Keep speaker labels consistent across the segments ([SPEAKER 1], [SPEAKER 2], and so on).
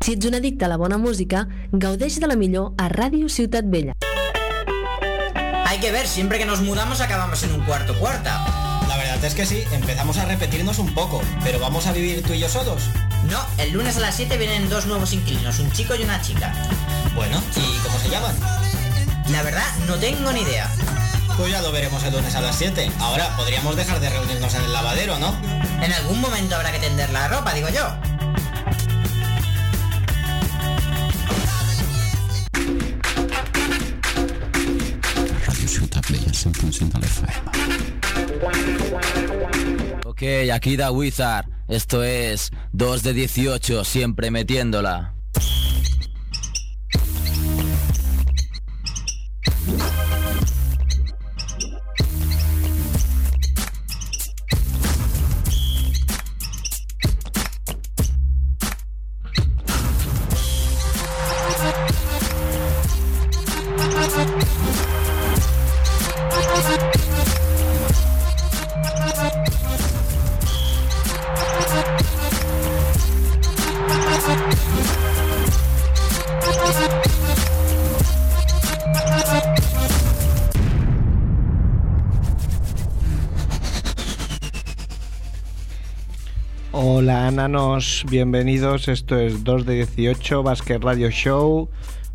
[SPEAKER 1] Si ets un addicte a la bona música, gaudeix de la millor a Ràdio Ciutat Vella.
[SPEAKER 2] Hay que ver, siempre que nos mudamos acabamos en un cuarto cuarta.
[SPEAKER 3] La verdad es que sí, empezamos a repetirnos un poco, pero vamos a vivir tú y yo solos.
[SPEAKER 2] No, el lunes a las 7 vienen dos nuevos inquilinos, un chico y una chica.
[SPEAKER 3] Bueno, ¿y cómo se llaman?
[SPEAKER 2] La verdad, no tengo ni idea.
[SPEAKER 3] Pues ya lo veremos el lunes a las 7. Ahora podríamos dejar de reunirnos en el lavadero, ¿no?
[SPEAKER 2] En algún momento habrá que tender la ropa, digo yo.
[SPEAKER 4] Radio Ciutat Vella 100% de l'FM.
[SPEAKER 5] Ok, aquí da Wizard. Esto es 2 de 18, siempre metiéndola.
[SPEAKER 6] Hola nanos, bienvenidos. Esto es 2 de 18 Basket Radio Show,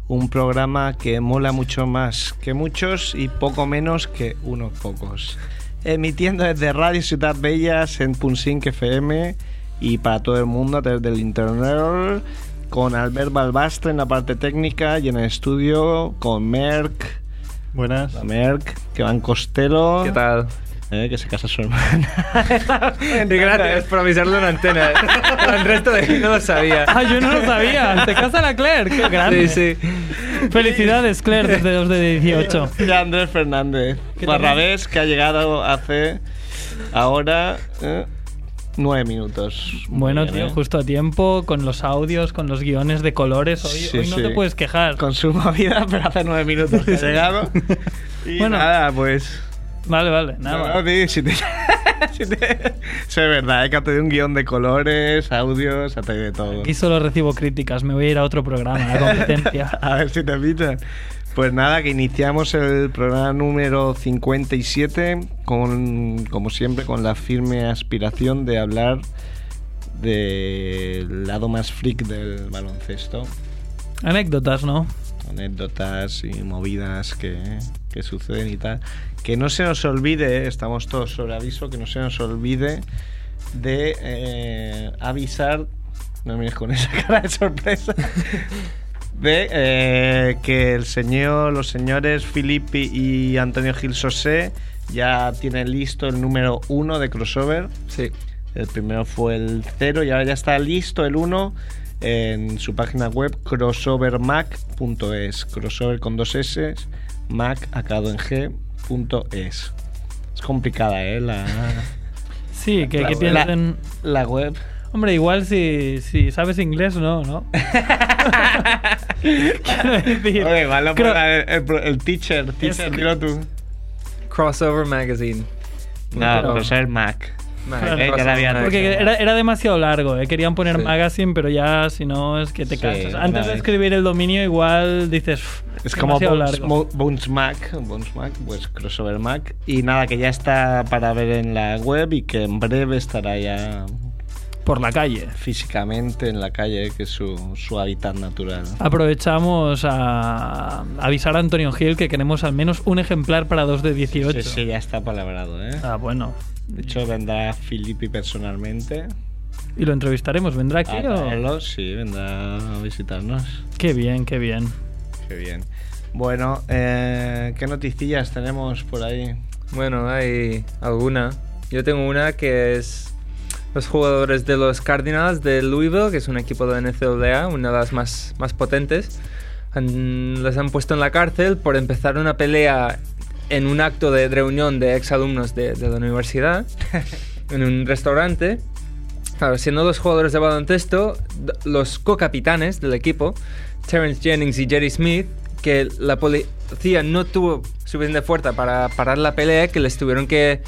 [SPEAKER 6] un programa que mola mucho más que muchos y poco menos que unos pocos. Emitiendo desde Radio Ciudad Bellas en Punsink FM y para todo el mundo desde el internet con Albert Balbastre en la parte técnica y en el estudio con Merck,
[SPEAKER 7] Buenas.
[SPEAKER 6] la Merck, que van Costello.
[SPEAKER 7] ¿Qué tal?
[SPEAKER 6] eh, que se casa su hermana.
[SPEAKER 7] Y gracias por avisarlo en antena. El resto de mí no lo sabía.
[SPEAKER 8] Ah, yo no lo sabía. Te casa la Claire. Qué grande.
[SPEAKER 7] Sí, sí.
[SPEAKER 8] Felicidades, Claire, desde 2 de 18.
[SPEAKER 6] de Andrés Fernández. Barrabés, que ha llegado hace ahora eh, nueve minutos. Muy
[SPEAKER 8] Bueno,
[SPEAKER 6] bien,
[SPEAKER 8] tío,
[SPEAKER 6] eh.
[SPEAKER 8] justo a tiempo, con los audios, con los guiones de colores. Hoy,
[SPEAKER 6] Sí,
[SPEAKER 8] hoy no
[SPEAKER 6] sí.
[SPEAKER 8] te puedes quejar.
[SPEAKER 6] Con su movida, pero hace nueve minutos que ha llegado. Y
[SPEAKER 8] Bueno.
[SPEAKER 6] nada, pues...
[SPEAKER 8] Vale, vale,
[SPEAKER 6] no,
[SPEAKER 8] nada.
[SPEAKER 6] tío, si te... si te- Sí, es verdad, eh, que ha tenido un guión de colores, audios, ha tenido de todo.
[SPEAKER 8] Aquí solo recibo críticas. Me voy a ir a otro programa, a la competencia.
[SPEAKER 6] A ver si te pitan. Pues nada, que iniciamos el programa número 57 con, como siempre, con la firme aspiración de hablar del lado más freak del baloncesto.
[SPEAKER 8] Anécdotas, ¿no?
[SPEAKER 6] Anécdotas y movidas que, que suceden y tal. Que no se nos olvide, eh, estamos todos sobre aviso, que no se nos olvide de eh, avisar. No mires con esa cara de sorpresa. de eh, que el señor, los señores Filippi y Antonio Gil Sosé ya tienen listo el número uno de crossover.
[SPEAKER 7] Sí.
[SPEAKER 6] El primero fue el 0 y ahora ya está listo el 1 en su página web crossovermac.es. Crossover con dos S, mac acabado en g.es. Es complicada, ¿eh? La,
[SPEAKER 8] Sí, que,
[SPEAKER 6] la-
[SPEAKER 8] que piensen.
[SPEAKER 6] la web.
[SPEAKER 8] Hombre, igual si, si sabes inglés, no, ¿no? Quiero decir.
[SPEAKER 6] Oye, vale,
[SPEAKER 8] creo-
[SPEAKER 6] el, el pro- el teacher, teacher, dilo tú.
[SPEAKER 7] Crossover Magazine.
[SPEAKER 6] No,
[SPEAKER 7] Pero-
[SPEAKER 6] crossover mac.
[SPEAKER 7] Vale,
[SPEAKER 8] Claro.
[SPEAKER 6] Eh, ya la había-
[SPEAKER 8] Porque era, era demasiado largo, ¿eh? querían poner
[SPEAKER 7] Sí.
[SPEAKER 8] magazine, pero ya si no es que te
[SPEAKER 6] Sí,
[SPEAKER 8] cansas.
[SPEAKER 6] una
[SPEAKER 8] Antes de
[SPEAKER 6] vez.
[SPEAKER 8] escribir el dominio igual dices... "Uf,
[SPEAKER 6] Es como
[SPEAKER 8] demasiado
[SPEAKER 6] Bones,
[SPEAKER 8] largo".
[SPEAKER 6] Mo- Bones Mac, Bones Mac, pues crossover Mac. Y nada, que ya está para ver en la web y que en breve estará ya
[SPEAKER 8] Por la calle.
[SPEAKER 6] físicamente en la calle, eh, que es su, su hábitat natural.
[SPEAKER 8] Aprovechamos a avisar a Antonio Gil que queremos al menos un ejemplar para dos de 18.
[SPEAKER 6] Sí, sí, ya está palabrado, ¿eh?
[SPEAKER 8] Ah, bueno.
[SPEAKER 6] De hecho, vendrá Filippi personalmente.
[SPEAKER 8] Y lo entrevistaremos. ¿Vendrá aquí
[SPEAKER 6] A
[SPEAKER 8] o...?
[SPEAKER 6] Ah, traerlo, sí, vendrá a visitarnos.
[SPEAKER 8] Qué bien, qué bien.
[SPEAKER 6] Qué bien. Bueno, eh, ¿qué noticillas tenemos por ahí?
[SPEAKER 7] Pues Bueno, hay alguna. Yo tengo una que es los jugadores de los Cardinals de Louisville, que es un equipo de NCAA, una de las más, más potentes. Han- les han puesto en la cárcel por empezar una pelea en un acto de reunión de exalumnos de, de la universidad, en un restaurante. Claro, siendo los jugadores de baloncesto, d- los co-capitanes del equipo, Terrence Jennings y Jerry Smith, que la policía no tuvo suficiente fuerza para parar la pelea, que les tuvieron que,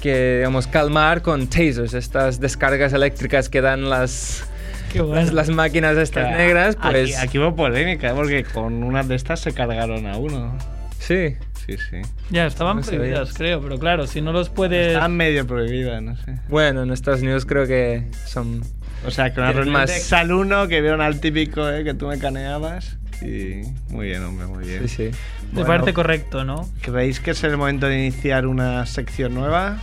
[SPEAKER 7] que digamos, calmar con tasers, estas descargas eléctricas que dan las,
[SPEAKER 8] Qué bueno.
[SPEAKER 7] Las máquinas estas
[SPEAKER 6] Claro,
[SPEAKER 7] negras,
[SPEAKER 6] aquí-
[SPEAKER 7] pues...
[SPEAKER 6] Aquí, hubo polémica, porque con una de estas se cargaron a uno.
[SPEAKER 7] Sí.
[SPEAKER 6] Sí, sí.
[SPEAKER 7] Eh.
[SPEAKER 8] Ya, estaban
[SPEAKER 7] No se
[SPEAKER 8] prohibidas,
[SPEAKER 7] veía.
[SPEAKER 8] creo, pero claro, si no los puedes.
[SPEAKER 6] Están medio prohibidas, no sé.
[SPEAKER 7] Bueno, en Estados Unidos creo que son...
[SPEAKER 6] O sea, que una
[SPEAKER 7] Tienes
[SPEAKER 6] reunión
[SPEAKER 7] más-
[SPEAKER 6] de exalumno que vieron al típico eh, que tú me caneabas. Y muy bien, hombre, muy bien.
[SPEAKER 7] Sí, sí.
[SPEAKER 8] Te
[SPEAKER 6] Bueno,
[SPEAKER 8] parece correcto, ¿no?
[SPEAKER 6] ¿Creéis que es el momento de iniciar una sección nueva?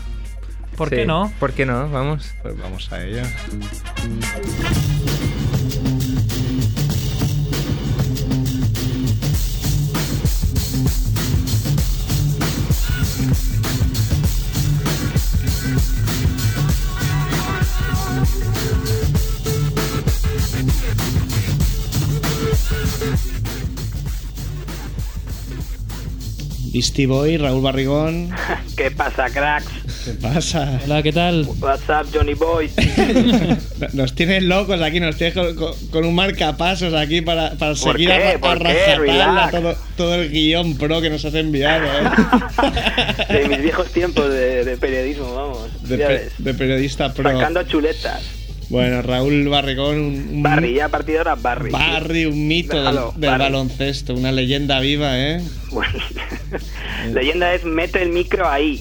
[SPEAKER 8] ¿Por
[SPEAKER 7] Sí.
[SPEAKER 8] qué no?
[SPEAKER 7] ¿Por qué no? Vamos.
[SPEAKER 6] Pues vamos a ello. Beastie Boy, Raúl Barrigón,
[SPEAKER 9] ¿Qué pasa, cracks?
[SPEAKER 6] ¿qué pasa?
[SPEAKER 8] Hola, ¿qué tal?
[SPEAKER 9] What's up, Johnny Boy?
[SPEAKER 6] Nos tienes locos aquí, nos tienes con, con- con un marcapasos aquí para, para
[SPEAKER 9] ¿Por
[SPEAKER 6] seguir
[SPEAKER 9] qué?
[SPEAKER 6] a, a
[SPEAKER 9] ¿Por qué?
[SPEAKER 6] rajatabla
[SPEAKER 9] Relax.
[SPEAKER 6] todo, todo el guión pro que nos has enviado, ¿eh?
[SPEAKER 9] De mis viejos tiempos de, de periodismo, vamos.
[SPEAKER 6] De,
[SPEAKER 9] ya
[SPEAKER 6] pe-
[SPEAKER 9] ves.
[SPEAKER 6] de periodista pro.
[SPEAKER 9] Sacando chuletas.
[SPEAKER 6] Bueno, Raúl Barrigón, un, un
[SPEAKER 9] Barry, ya a partir de ahora Barry.
[SPEAKER 6] Barry, un mito del-
[SPEAKER 9] Déjalo,
[SPEAKER 6] del,
[SPEAKER 9] Barry.
[SPEAKER 6] baloncesto, una leyenda viva, ¿eh?
[SPEAKER 9] Bueno, leyenda es mete el micro ahí.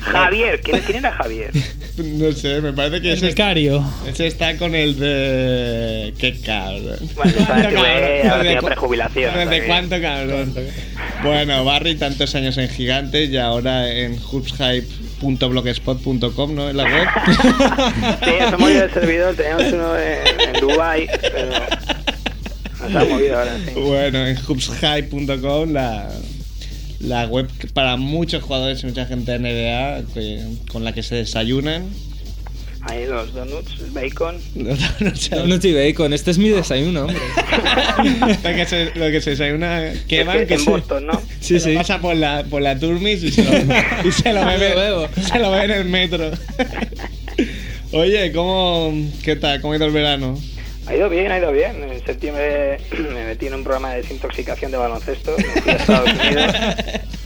[SPEAKER 9] Javier, ¿quién, quién era Javier?
[SPEAKER 6] No sé, me parece que este- ese,
[SPEAKER 8] El becario.
[SPEAKER 6] ese está con el de. ¡Qué cabrón!
[SPEAKER 9] Bueno, sabes que me- ahora
[SPEAKER 6] ¿Desde
[SPEAKER 9] tiene
[SPEAKER 6] cu-
[SPEAKER 9] prejubilación,
[SPEAKER 6] ¿Desde
[SPEAKER 9] también.
[SPEAKER 6] cuánto, cabrón? Bueno, Barry, tantos años en Gigantes y ahora en hoopshype.blogspot.com, ¿no? En la web.
[SPEAKER 9] Sí, somos yo del servidor, teníamos uno en, en Dubai, pero nos ha movido ahora, sí.
[SPEAKER 6] Bueno, en hoopshype.com, la, la web para muchos jugadores y mucha gente de NBA que- con la que se desayunan.
[SPEAKER 9] Ahí los donuts, bacon.
[SPEAKER 6] No, no, no sé.
[SPEAKER 7] Donuts y bacon. Este es mi desayuno, hombre.
[SPEAKER 6] lo, que se, lo que se desayuna. Que van,
[SPEAKER 9] Es
[SPEAKER 6] que
[SPEAKER 9] en
[SPEAKER 6] se-
[SPEAKER 9] Boston, ¿no?
[SPEAKER 6] se lo pasa por la, por la turmis y se lo, y se lo bebe,
[SPEAKER 7] Lo bebo.
[SPEAKER 6] se lo bebe en el metro. Oye, ¿cómo, ¿qué tal? ¿Cómo ha ido el verano?
[SPEAKER 9] Ha ido bien, ha ido bien. En septiembre me metí en un programa de desintoxicación de baloncesto. Me fui a Estados Unidos.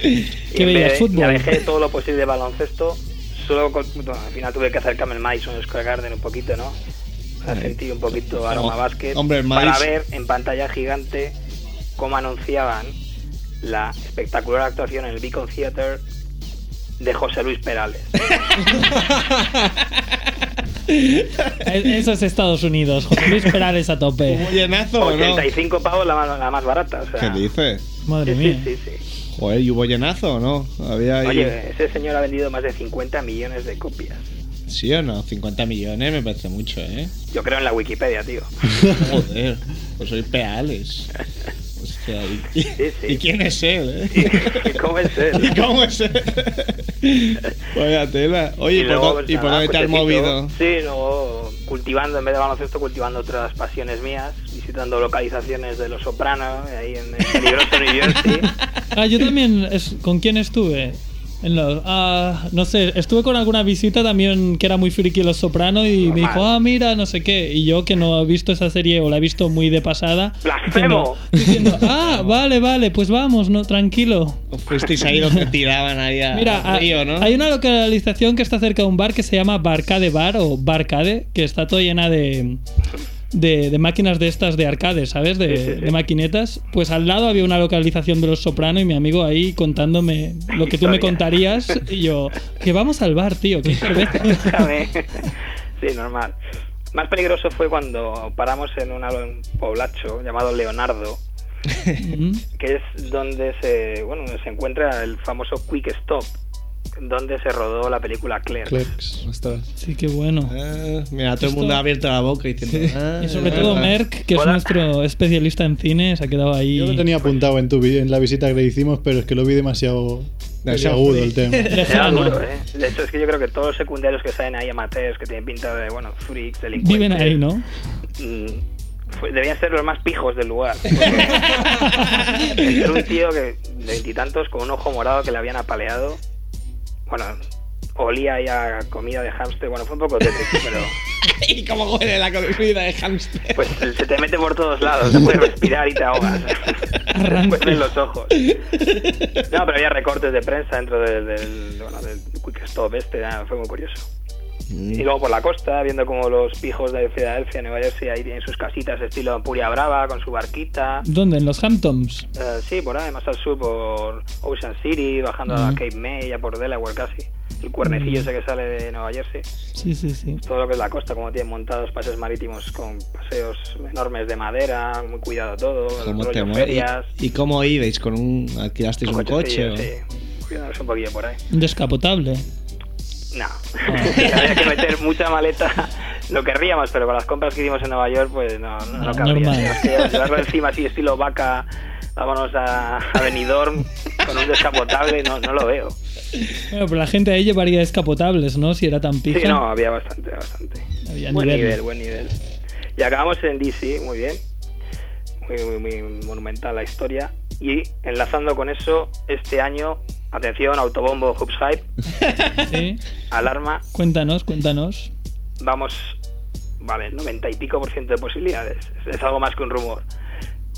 [SPEAKER 8] ¿Qué
[SPEAKER 9] en
[SPEAKER 8] veías,
[SPEAKER 9] vez-
[SPEAKER 8] fútbol?
[SPEAKER 9] Me alejé todo lo posible de baloncesto. Solo con- bueno, al final tuve que acercarme al Madison Square Garden un poquito, ¿no? O sea,
[SPEAKER 6] Ay.
[SPEAKER 9] sentí un poquito aroma
[SPEAKER 6] Hom-
[SPEAKER 9] básquet.
[SPEAKER 6] hombre, el
[SPEAKER 9] para
[SPEAKER 6] Madison-
[SPEAKER 9] ver en pantalla gigante cómo anunciaban la espectacular actuación en el Beacon Theater de José Luis Perales.
[SPEAKER 8] E- Eso es Estados Unidos. José Luis Perales a
[SPEAKER 6] ¿Hubo
[SPEAKER 8] tope.
[SPEAKER 6] llenazo o no?
[SPEAKER 9] 85 pavos la, ma- la más barata. O sea,
[SPEAKER 6] ¿Qué dices?
[SPEAKER 8] Madre
[SPEAKER 9] sí,
[SPEAKER 8] mía.
[SPEAKER 9] sí, sí, sí.
[SPEAKER 6] Joder, ¿y hubo llenazo o no? Había ahí-
[SPEAKER 9] Oye, ese señor ha vendido más de 50 millones de copias.
[SPEAKER 6] ¿Sí o no? 50 millones me parece mucho, ¿eh?
[SPEAKER 9] Yo creo en la Wikipedia, tío.
[SPEAKER 6] Joder, pues soy Perales. Hostia, ¿y, y-
[SPEAKER 9] Sí, sí.
[SPEAKER 6] ¿y quién es él, eh?
[SPEAKER 9] ¿Y cómo es él?
[SPEAKER 6] ¿Y cómo es él? Vaya tela. Oye, ¿y por
[SPEAKER 9] luego,
[SPEAKER 6] dó-
[SPEAKER 9] pues,
[SPEAKER 6] ¿y por
[SPEAKER 9] nada,
[SPEAKER 6] dónde te has
[SPEAKER 9] cochecito.
[SPEAKER 6] movido?
[SPEAKER 9] Sí, luego cultivando, en vez de baloncesto, cultivando otras pasiones mías, visitando localizaciones de Los Soprano, ahí en el peligroso New Jersey.
[SPEAKER 8] Ah, yo también. es- ¿Con quién estuve? En los, ah, no sé, estuve con alguna visita también que era muy friki Los Soprano y me
[SPEAKER 9] Normal.
[SPEAKER 8] dijo, ah, mira, no sé qué. Y yo que no he visto esa serie o la he visto muy de pasada.
[SPEAKER 9] ¡Blasfemo!
[SPEAKER 8] Diciendo, diciendo, ah, vale, vale, pues vamos, no, tranquilo.
[SPEAKER 6] Os fuisteis ahí donde tiraban ahí a-
[SPEAKER 8] Mira,
[SPEAKER 6] Ah, al
[SPEAKER 8] a-
[SPEAKER 6] río, ¿no?
[SPEAKER 8] hay una localización que está cerca de un bar que se llama Barcade Bar o Barcade, que está todo llena de, de, de máquinas de estas de arcades, ¿sabes? De, de maquinetas. Pues al lado había una localización de Los Soprano y mi amigo ahí contándome lo que tú me
[SPEAKER 9] Historia.
[SPEAKER 8] contarías y yo, que vamos al bar, tío, qué cerveza.
[SPEAKER 9] Escúchame. sí, normal. Más peligroso fue cuando paramos en una- un poblacho llamado Leonardo,
[SPEAKER 8] Mm.
[SPEAKER 9] que es donde se, bueno, donde se encuentra el famoso Quick Stop, donde se rodó la película Claire.
[SPEAKER 7] Ostras.
[SPEAKER 8] sí, qué bueno.
[SPEAKER 6] Ah, mira, todo el
[SPEAKER 8] Esto-
[SPEAKER 6] mundo ha abierto la boca diciendo. ah,
[SPEAKER 8] Y sobre
[SPEAKER 6] es
[SPEAKER 8] todo
[SPEAKER 6] verdad.
[SPEAKER 8] Merck, que es
[SPEAKER 9] Hola.
[SPEAKER 8] nuestro especialista en cine, se ha quedado ahí.
[SPEAKER 10] Yo lo tenía apuntado en tu vi- en la visita que le hicimos, pero es que lo vi demasiado,
[SPEAKER 6] Demasiado
[SPEAKER 10] demasiado agudo el tema.
[SPEAKER 9] Era
[SPEAKER 8] lejano.
[SPEAKER 9] duro, ¿eh? De hecho, es que yo creo que todos los secundarios que salen ahí amateurs, que tienen pinta de, bueno, freaks, delincuentes...
[SPEAKER 8] Viven ahí, ¿no?
[SPEAKER 9] mm, fue- debían ser los más pijos del lugar. porque Entró un tío que, de veintitantos con un ojo morado que le habían apaleado. Bueno, olía ya a comida de hámster. Bueno, fue un poco tétrico, pero...
[SPEAKER 6] ¿Y cómo huele la comida de hamster?
[SPEAKER 9] Pues se te mete por todos lados, no puedes respirar y te ahogas. Después en los ojos. No, pero había recortes de prensa dentro del, del- bueno, del Quick Stop este, ah, fue muy curioso. Y luego por la costa, viendo como los pijos de Filadelfia, Nueva Jersey, ahí tienen sus casitas estilo Ampuria Brava, con su barquita.
[SPEAKER 8] ¿Dónde? ¿En los Hamptons?
[SPEAKER 9] Eh, sí, por ahí, más al sur, por Ocean City, bajando a
[SPEAKER 8] Ah.
[SPEAKER 9] Cape May, ya por Delaware casi. El cuernecillo ese que sale de Nueva Jersey.
[SPEAKER 8] Sí, sí, sí.
[SPEAKER 9] Todo lo que es la costa, como tienen montados paseos marítimos con paseos enormes de madera, muy cuidado todo,
[SPEAKER 6] ¿Cómo
[SPEAKER 9] rollo
[SPEAKER 6] te mueves?
[SPEAKER 9] ferias.
[SPEAKER 6] ¿Y, y cómo ibais? ¿Con un, ¿Alquilasteis un coche?
[SPEAKER 9] cochecillo,
[SPEAKER 6] o-
[SPEAKER 9] Sí, cuidándose un poquillo por ahí.
[SPEAKER 8] Un descapotable.
[SPEAKER 9] No, había que meter mucha maleta. Lo querríamos, pero con las compras que hicimos en Nueva York, pues no, no,
[SPEAKER 8] No,
[SPEAKER 9] no cabría.
[SPEAKER 8] normal.
[SPEAKER 9] Teníamos que llevarlo encima así, estilo vaca, vámonos a, a Benidorm con un descapotable, no, no lo veo.
[SPEAKER 8] Bueno, pero la gente ahí llevaría descapotables, ¿no? Si era tan
[SPEAKER 9] Sí,
[SPEAKER 8] pija.
[SPEAKER 9] no, había bastante, bastante.
[SPEAKER 8] Había
[SPEAKER 9] buen
[SPEAKER 8] nivel.
[SPEAKER 9] nivel. buen nivel. Y acabamos en DC, muy bien. Muy, muy, muy monumental la historia. Y enlazando con eso, este año, atención, autobombo, hoops hype,
[SPEAKER 8] Sí.
[SPEAKER 9] alarma,
[SPEAKER 8] Cuéntanos, cuéntanos.
[SPEAKER 9] vamos, vale, 90 y pico por ciento de posibilidades. Es, es algo más que un rumor.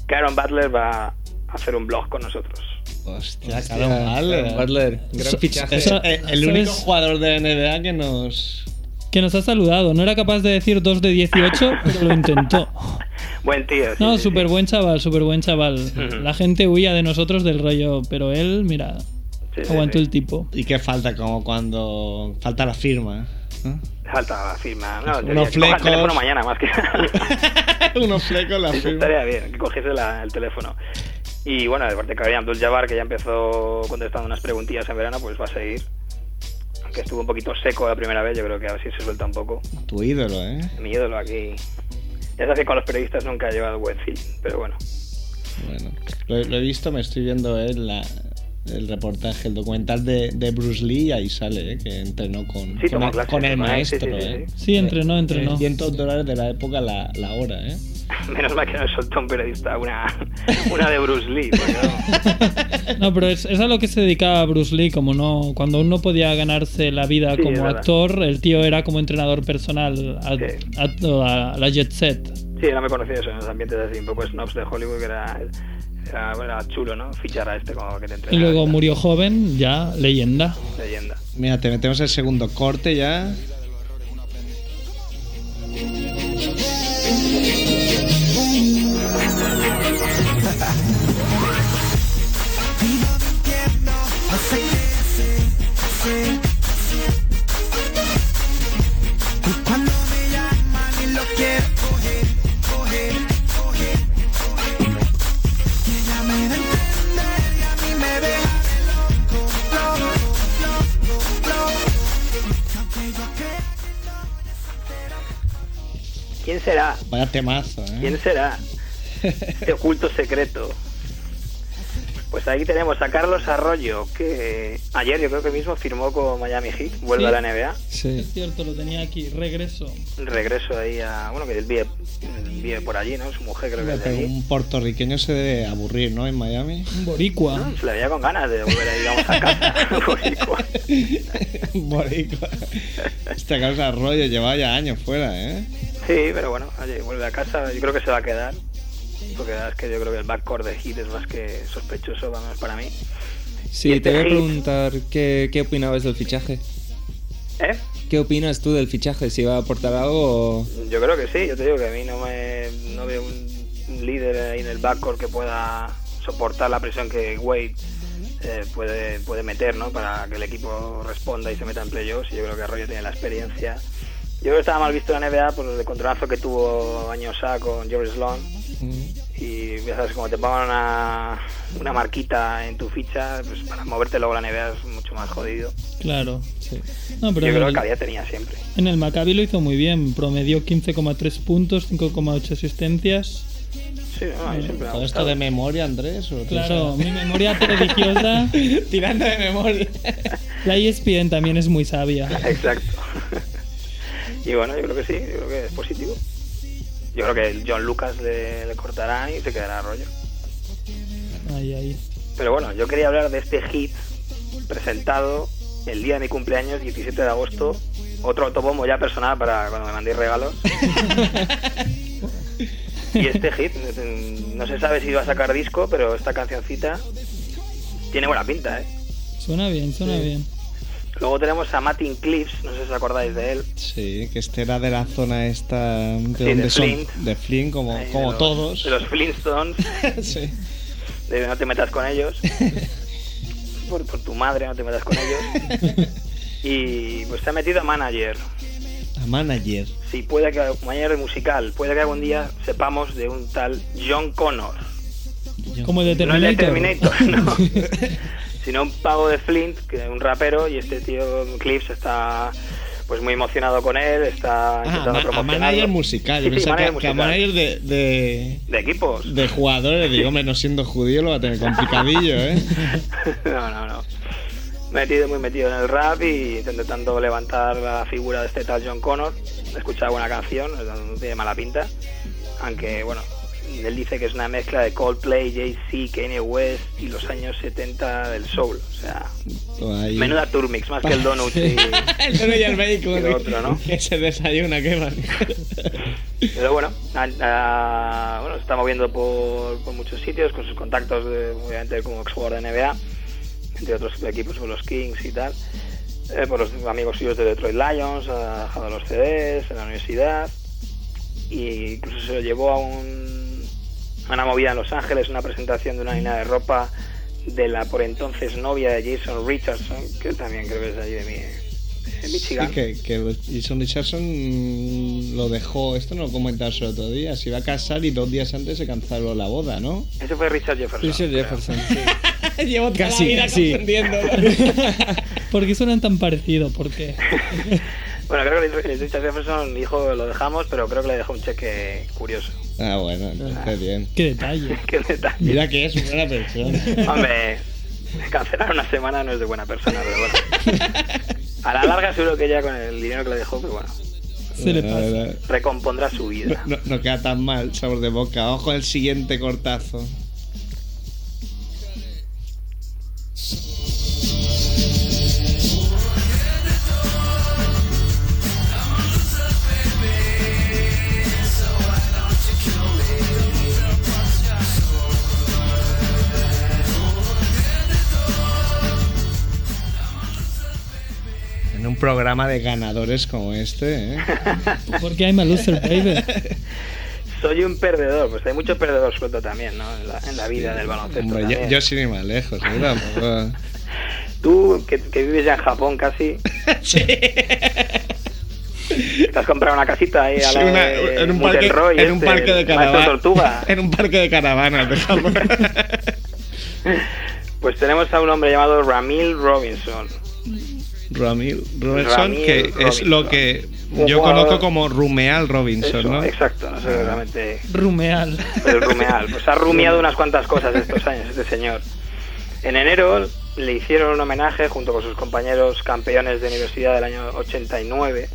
[SPEAKER 9] Que Aaron Butler va a hacer un blog con nosotros.
[SPEAKER 6] Hostia,
[SPEAKER 7] Claro, Butler. gran
[SPEAKER 8] So-
[SPEAKER 7] fichaje.
[SPEAKER 8] so-
[SPEAKER 6] Eh, el
[SPEAKER 8] ¿Sabes?
[SPEAKER 6] único jugador de NBA que nos.
[SPEAKER 8] Que nos ha saludado. No era capaz de decir 2 de 18, pero lo intentó.
[SPEAKER 9] Buen tío. sí,
[SPEAKER 8] No,
[SPEAKER 9] sí, sí.
[SPEAKER 8] súper buen chaval, súper buen chaval. La gente huía de nosotros del rollo, pero él, mira,
[SPEAKER 9] Sí, sí,
[SPEAKER 8] aguantó
[SPEAKER 9] sí.
[SPEAKER 8] el tipo.
[SPEAKER 6] ¿Y qué falta? Como cuando falta la firma. ¿eh?
[SPEAKER 9] Falta la firma. No,
[SPEAKER 6] Unos
[SPEAKER 9] te- que coja el
[SPEAKER 6] flecos.
[SPEAKER 9] teléfono mañana más que nada.
[SPEAKER 6] Unos flecos la
[SPEAKER 9] Eso
[SPEAKER 6] firma.
[SPEAKER 9] estaría bien, que cogiese la- el teléfono. Y bueno, aparte que Abdul Jabbar, que ya empezó contestando unas preguntillas en verano, pues va a seguir. Aunque estuvo un poquito seco la primera vez, yo creo que a ver si se suelta un poco.
[SPEAKER 6] Tu ídolo, ¿eh?
[SPEAKER 9] Mi ídolo aquí. Ya sabes que con los periodistas nunca he llevado buen feeling, pero bueno.
[SPEAKER 6] Bueno, lo, lo he visto, me estoy viendo eh, la- el reportaje, el documental de, de Bruce Lee, y ahí sale, eh, que entrenó con,
[SPEAKER 9] Sí,
[SPEAKER 6] con,
[SPEAKER 9] tomó
[SPEAKER 6] el-
[SPEAKER 9] clases,
[SPEAKER 6] con el
[SPEAKER 9] tomó clases,
[SPEAKER 6] maestro.
[SPEAKER 9] sí, sí,
[SPEAKER 6] eh.
[SPEAKER 9] sí,
[SPEAKER 8] Sí, entrenó, entrenó.
[SPEAKER 6] 300 dólares de la época la, la hora, ¿eh?
[SPEAKER 9] Menos mal que nos soltó un periodista una, una de Bruce Lee. porque no.
[SPEAKER 8] No, pero es, es a lo que se dedicaba Bruce Lee, como no, cuando aún no podía ganarse la vida
[SPEAKER 9] Sí, es
[SPEAKER 8] como
[SPEAKER 9] verdad.
[SPEAKER 8] actor, el tío era como entrenador personal a,
[SPEAKER 9] Sí.
[SPEAKER 8] a- a la jet set.
[SPEAKER 9] Sí, no me conocía eso en los ambientes así, un poco snobs de Hollywood, que era, era, era chulo, ¿no? Fichar a este como que te
[SPEAKER 8] Y
[SPEAKER 9] entrenaba
[SPEAKER 8] luego
[SPEAKER 9] tal.
[SPEAKER 8] murió joven, ya leyenda.
[SPEAKER 9] Leyenda.
[SPEAKER 6] Mira, te metemos el segundo corte ya.
[SPEAKER 9] ¿Quién será?
[SPEAKER 6] Vaya temazo, ¿eh?
[SPEAKER 9] ¿Quién será? Este oculto secreto. Pues ahí tenemos a Carlos Arroyo, que ayer yo creo que mismo firmó con Miami Heat, vuelve
[SPEAKER 8] Sí.
[SPEAKER 9] a la NBA.
[SPEAKER 7] Sí.
[SPEAKER 8] Es cierto, lo tenía aquí, regreso.
[SPEAKER 9] Regreso ahí a. Bueno, que él vive, vive por allí, ¿no? Su mujer creo que es de
[SPEAKER 6] Pero
[SPEAKER 9] allí.
[SPEAKER 6] un puertorriqueño se debe aburrir, ¿no? En Miami.
[SPEAKER 8] Un boricua.
[SPEAKER 6] Ah.
[SPEAKER 9] No, Se la veía con ganas de volver ahí, digamos, a casa. Boricua.
[SPEAKER 6] Boricua. Este Carlos Arroyo lleva ya años fuera, ¿eh?
[SPEAKER 9] sí, pero bueno, oye, vuelve a casa, yo creo que se va a quedar. Porque la verdad es que yo creo que el backcourt de Heat es más que sospechoso, al menos para mí.
[SPEAKER 7] Sí, te
[SPEAKER 9] este
[SPEAKER 7] voy a
[SPEAKER 9] hate.
[SPEAKER 7] preguntar qué, qué opinabas del fichaje.
[SPEAKER 9] ¿Eh?
[SPEAKER 7] ¿Qué opinas tú del fichaje? ¿Si va a aportar algo o...?
[SPEAKER 9] Yo creo que sí, yo te digo que a mí no me no veo un, un líder ahí en el backcourt que pueda soportar la presión que Wade eh, puede, puede meter, ¿no? Para que el equipo responda y se meta en playoffs. Y yo creo que Arroyo tiene la experiencia. Yo creo que estaba mal visto en la NBA por el contrazo que tuvo años A con George Sloan. Y ya sabes, como te pongan una, una marquita en tu ficha, pues para moverte luego a la NBA es mucho más jodido.
[SPEAKER 8] Claro.
[SPEAKER 7] Sí.
[SPEAKER 8] No, pero
[SPEAKER 9] yo creo
[SPEAKER 8] en
[SPEAKER 9] que
[SPEAKER 8] el,
[SPEAKER 6] eh.
[SPEAKER 9] calidad tenía siempre.
[SPEAKER 8] en el Maccabi lo hizo muy bien. Promedió 15,3 puntos, 5,8 asistencias.
[SPEAKER 9] Sí, no, a mí siempre me ha
[SPEAKER 6] Todo esto
[SPEAKER 9] gustado.
[SPEAKER 6] de memoria, Andrés. ¿o tú
[SPEAKER 8] Claro,
[SPEAKER 6] sabes?
[SPEAKER 8] mi memoria prodigiosa.
[SPEAKER 6] Tirando de memoria.
[SPEAKER 8] La E ESPN también es muy sabia.
[SPEAKER 9] Exacto. y bueno, yo creo que sí, yo creo que es positivo. Yo creo que el John Lucas le, le cortará y se quedará rollo.
[SPEAKER 8] Ay, ay.
[SPEAKER 9] Pero bueno, yo quería hablar de este hit presentado el día de mi cumpleaños, 17 de agosto. Otro autobombo ya personal para cuando me mandéis regalos. y este hit, mm, no se sabe si va a sacar disco, pero esta cancioncita tiene buena pinta, ¿eh?
[SPEAKER 8] Suena bien, suena bien.
[SPEAKER 9] Luego tenemos a Martin Cliffs, no sé si os acordáis de él.
[SPEAKER 6] Sí, que este era de la zona esta de
[SPEAKER 9] Sí,
[SPEAKER 6] donde
[SPEAKER 9] de
[SPEAKER 6] son
[SPEAKER 9] Flint.
[SPEAKER 6] de Flynn como,
[SPEAKER 9] ahí Eh, de
[SPEAKER 6] como
[SPEAKER 9] los-
[SPEAKER 6] todos.
[SPEAKER 9] De los Flintstones,
[SPEAKER 6] Sí.
[SPEAKER 9] de no te metas con ellos. Por, por tu madre, no te metas con ellos. Y pues se ha metido a manager.
[SPEAKER 6] A manager.
[SPEAKER 9] Sí, puede que manager musical. Puede que algún día sepamos de un tal John Connor.
[SPEAKER 8] Como el de
[SPEAKER 9] No el de
[SPEAKER 8] Terminator.
[SPEAKER 9] Terminator, no. Sino un pavo de Flint, que es un rapero, y este tío Cliffs está pues muy emocionado con él,
[SPEAKER 6] Ah,
[SPEAKER 9] está intentando
[SPEAKER 6] ma- a
[SPEAKER 9] promocionarlo.
[SPEAKER 6] manager musical. Yo
[SPEAKER 9] Sí, sí,
[SPEAKER 6] pensaba que,
[SPEAKER 9] manager
[SPEAKER 6] que a
[SPEAKER 9] musical.
[SPEAKER 6] manager de, de,
[SPEAKER 9] De equipos.
[SPEAKER 6] de jugadores. Digo, hombre, no siendo judío lo va a tener complicadillo, ¿eh?
[SPEAKER 9] no, no, no. Metido, muy metido en el rap y intentando levantar la figura de este tal John Connor. He escuchado una canción, no tiene mala pinta. Aunque, bueno, él dice que es una mezcla de Coldplay, Jay-Z, Kanye West y los años 70 del soul. O sea,
[SPEAKER 6] Todo Pues ahí.
[SPEAKER 9] menuda turmix, más que el donut. y-
[SPEAKER 6] El dueño y el
[SPEAKER 9] Y
[SPEAKER 6] vehículo.
[SPEAKER 9] lo otro, ¿no?
[SPEAKER 6] Que se desayuna, que va.
[SPEAKER 9] Pero bueno, a- a- bueno, se está moviendo por, por muchos sitios con sus contactos, de, obviamente, como exjugador de NBA, entre otros equipos como los Kings y tal, eh, por los amigos suyos de Detroit Lions, ha dejado los CDs en la universidad, y incluso se lo llevó a, un, a una movida en Los Ángeles, una presentación de una línea de ropa de la por entonces novia de Jason Richardson, que también creo que es de allí de, mi, de
[SPEAKER 6] Sí,
[SPEAKER 9] Michigan.
[SPEAKER 6] que, que Jason Richardson mm, lo dejó, esto no lo comentamos el otro día, se iba a casar y dos días antes se canceló la boda, ¿no?
[SPEAKER 9] Ese fue Richard Jefferson.
[SPEAKER 7] Richard
[SPEAKER 9] creo.
[SPEAKER 7] Jefferson.
[SPEAKER 6] Llevo toda
[SPEAKER 7] Casi,
[SPEAKER 6] la vida
[SPEAKER 7] casi.
[SPEAKER 6] confundiéndolo.
[SPEAKER 8] ¿Por qué suenan tan parecido? ¿Por qué?
[SPEAKER 9] Bueno, creo que el Richard Jefferson dijo lo dejamos, pero creo que le dejó un cheque curioso.
[SPEAKER 6] ah, bueno, entonces bien.
[SPEAKER 8] Qué detalle.
[SPEAKER 9] Qué detalle.
[SPEAKER 6] Mira que es una buena persona.
[SPEAKER 9] Hombre, cancelar una semana no es de buena persona, pero bueno. A la larga seguro que ya con el dinero que le dejó, pues bueno,
[SPEAKER 8] Se le
[SPEAKER 6] La
[SPEAKER 8] pasa.
[SPEAKER 6] verdad.
[SPEAKER 9] recompondrá su vida.
[SPEAKER 6] No, no queda tan mal, sabor de boca. Vamos con el siguiente cortazo. En un programa de ganadores como este, ¿eh?
[SPEAKER 8] Porque hay loser, baby.
[SPEAKER 9] Soy un perdedor, pues hay mucho perdedor suelto también, ¿no? En la, en la vida del baloncesto.
[SPEAKER 6] Hombre, yo,
[SPEAKER 9] también.
[SPEAKER 6] yo sí ni más lejos, ¿eh? Tampoco-
[SPEAKER 9] Tú, que, que vives ya en Japón casi,
[SPEAKER 6] Sí.
[SPEAKER 9] te has comprado una casita ahí a la
[SPEAKER 6] Una-
[SPEAKER 9] de
[SPEAKER 6] en un parque,
[SPEAKER 9] Monterrey,
[SPEAKER 6] en un
[SPEAKER 9] este,
[SPEAKER 6] parque de
[SPEAKER 9] el maestro
[SPEAKER 6] caravanas.
[SPEAKER 9] Tortuga.
[SPEAKER 6] En un parque de caravanas, dejamos.
[SPEAKER 9] Pues tenemos a un hombre llamado Ramil Robinson.
[SPEAKER 6] Ramil Robinson,
[SPEAKER 9] Ramil
[SPEAKER 6] que es
[SPEAKER 9] Robinson.
[SPEAKER 6] lo que
[SPEAKER 9] Un
[SPEAKER 6] yo
[SPEAKER 9] jugador-
[SPEAKER 6] conozco como Rumeal Robinson,
[SPEAKER 9] Eso,
[SPEAKER 6] ¿no?
[SPEAKER 9] Exacto, no sé realmente
[SPEAKER 8] Rumeal.
[SPEAKER 9] el rumeal. Pues ha rumiado unas cuantas cosas estos años este señor. En enero le hicieron un homenaje junto con sus compañeros campeones de universidad del año 89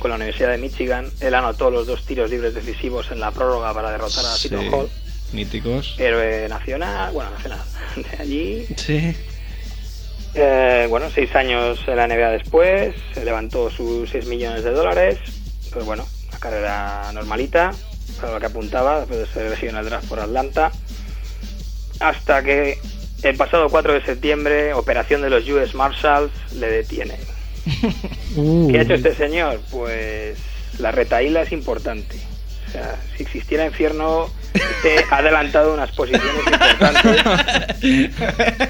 [SPEAKER 9] con la Universidad de Michigan. Él anotó los dos tiros libres decisivos en la prórroga para derrotar a
[SPEAKER 6] Sí,
[SPEAKER 9] Seton Hall,
[SPEAKER 6] Míticos.
[SPEAKER 9] héroe nacional, bueno, nacional, de allí.
[SPEAKER 6] Sí.
[SPEAKER 9] Eh, bueno, seis años en la NBA después, se levantó sus 6 millones de dólares. Pues bueno, una carrera normalita, para lo que apuntaba, después de ser elegido en el draft por Atlanta. Hasta que el pasado 4 de septiembre, operación de los US Marshals le detiene. ¿Qué ha hecho este señor? Pues la retaíla es importante. O sea, si existiera infierno, este ha adelantado unas posiciones importantes.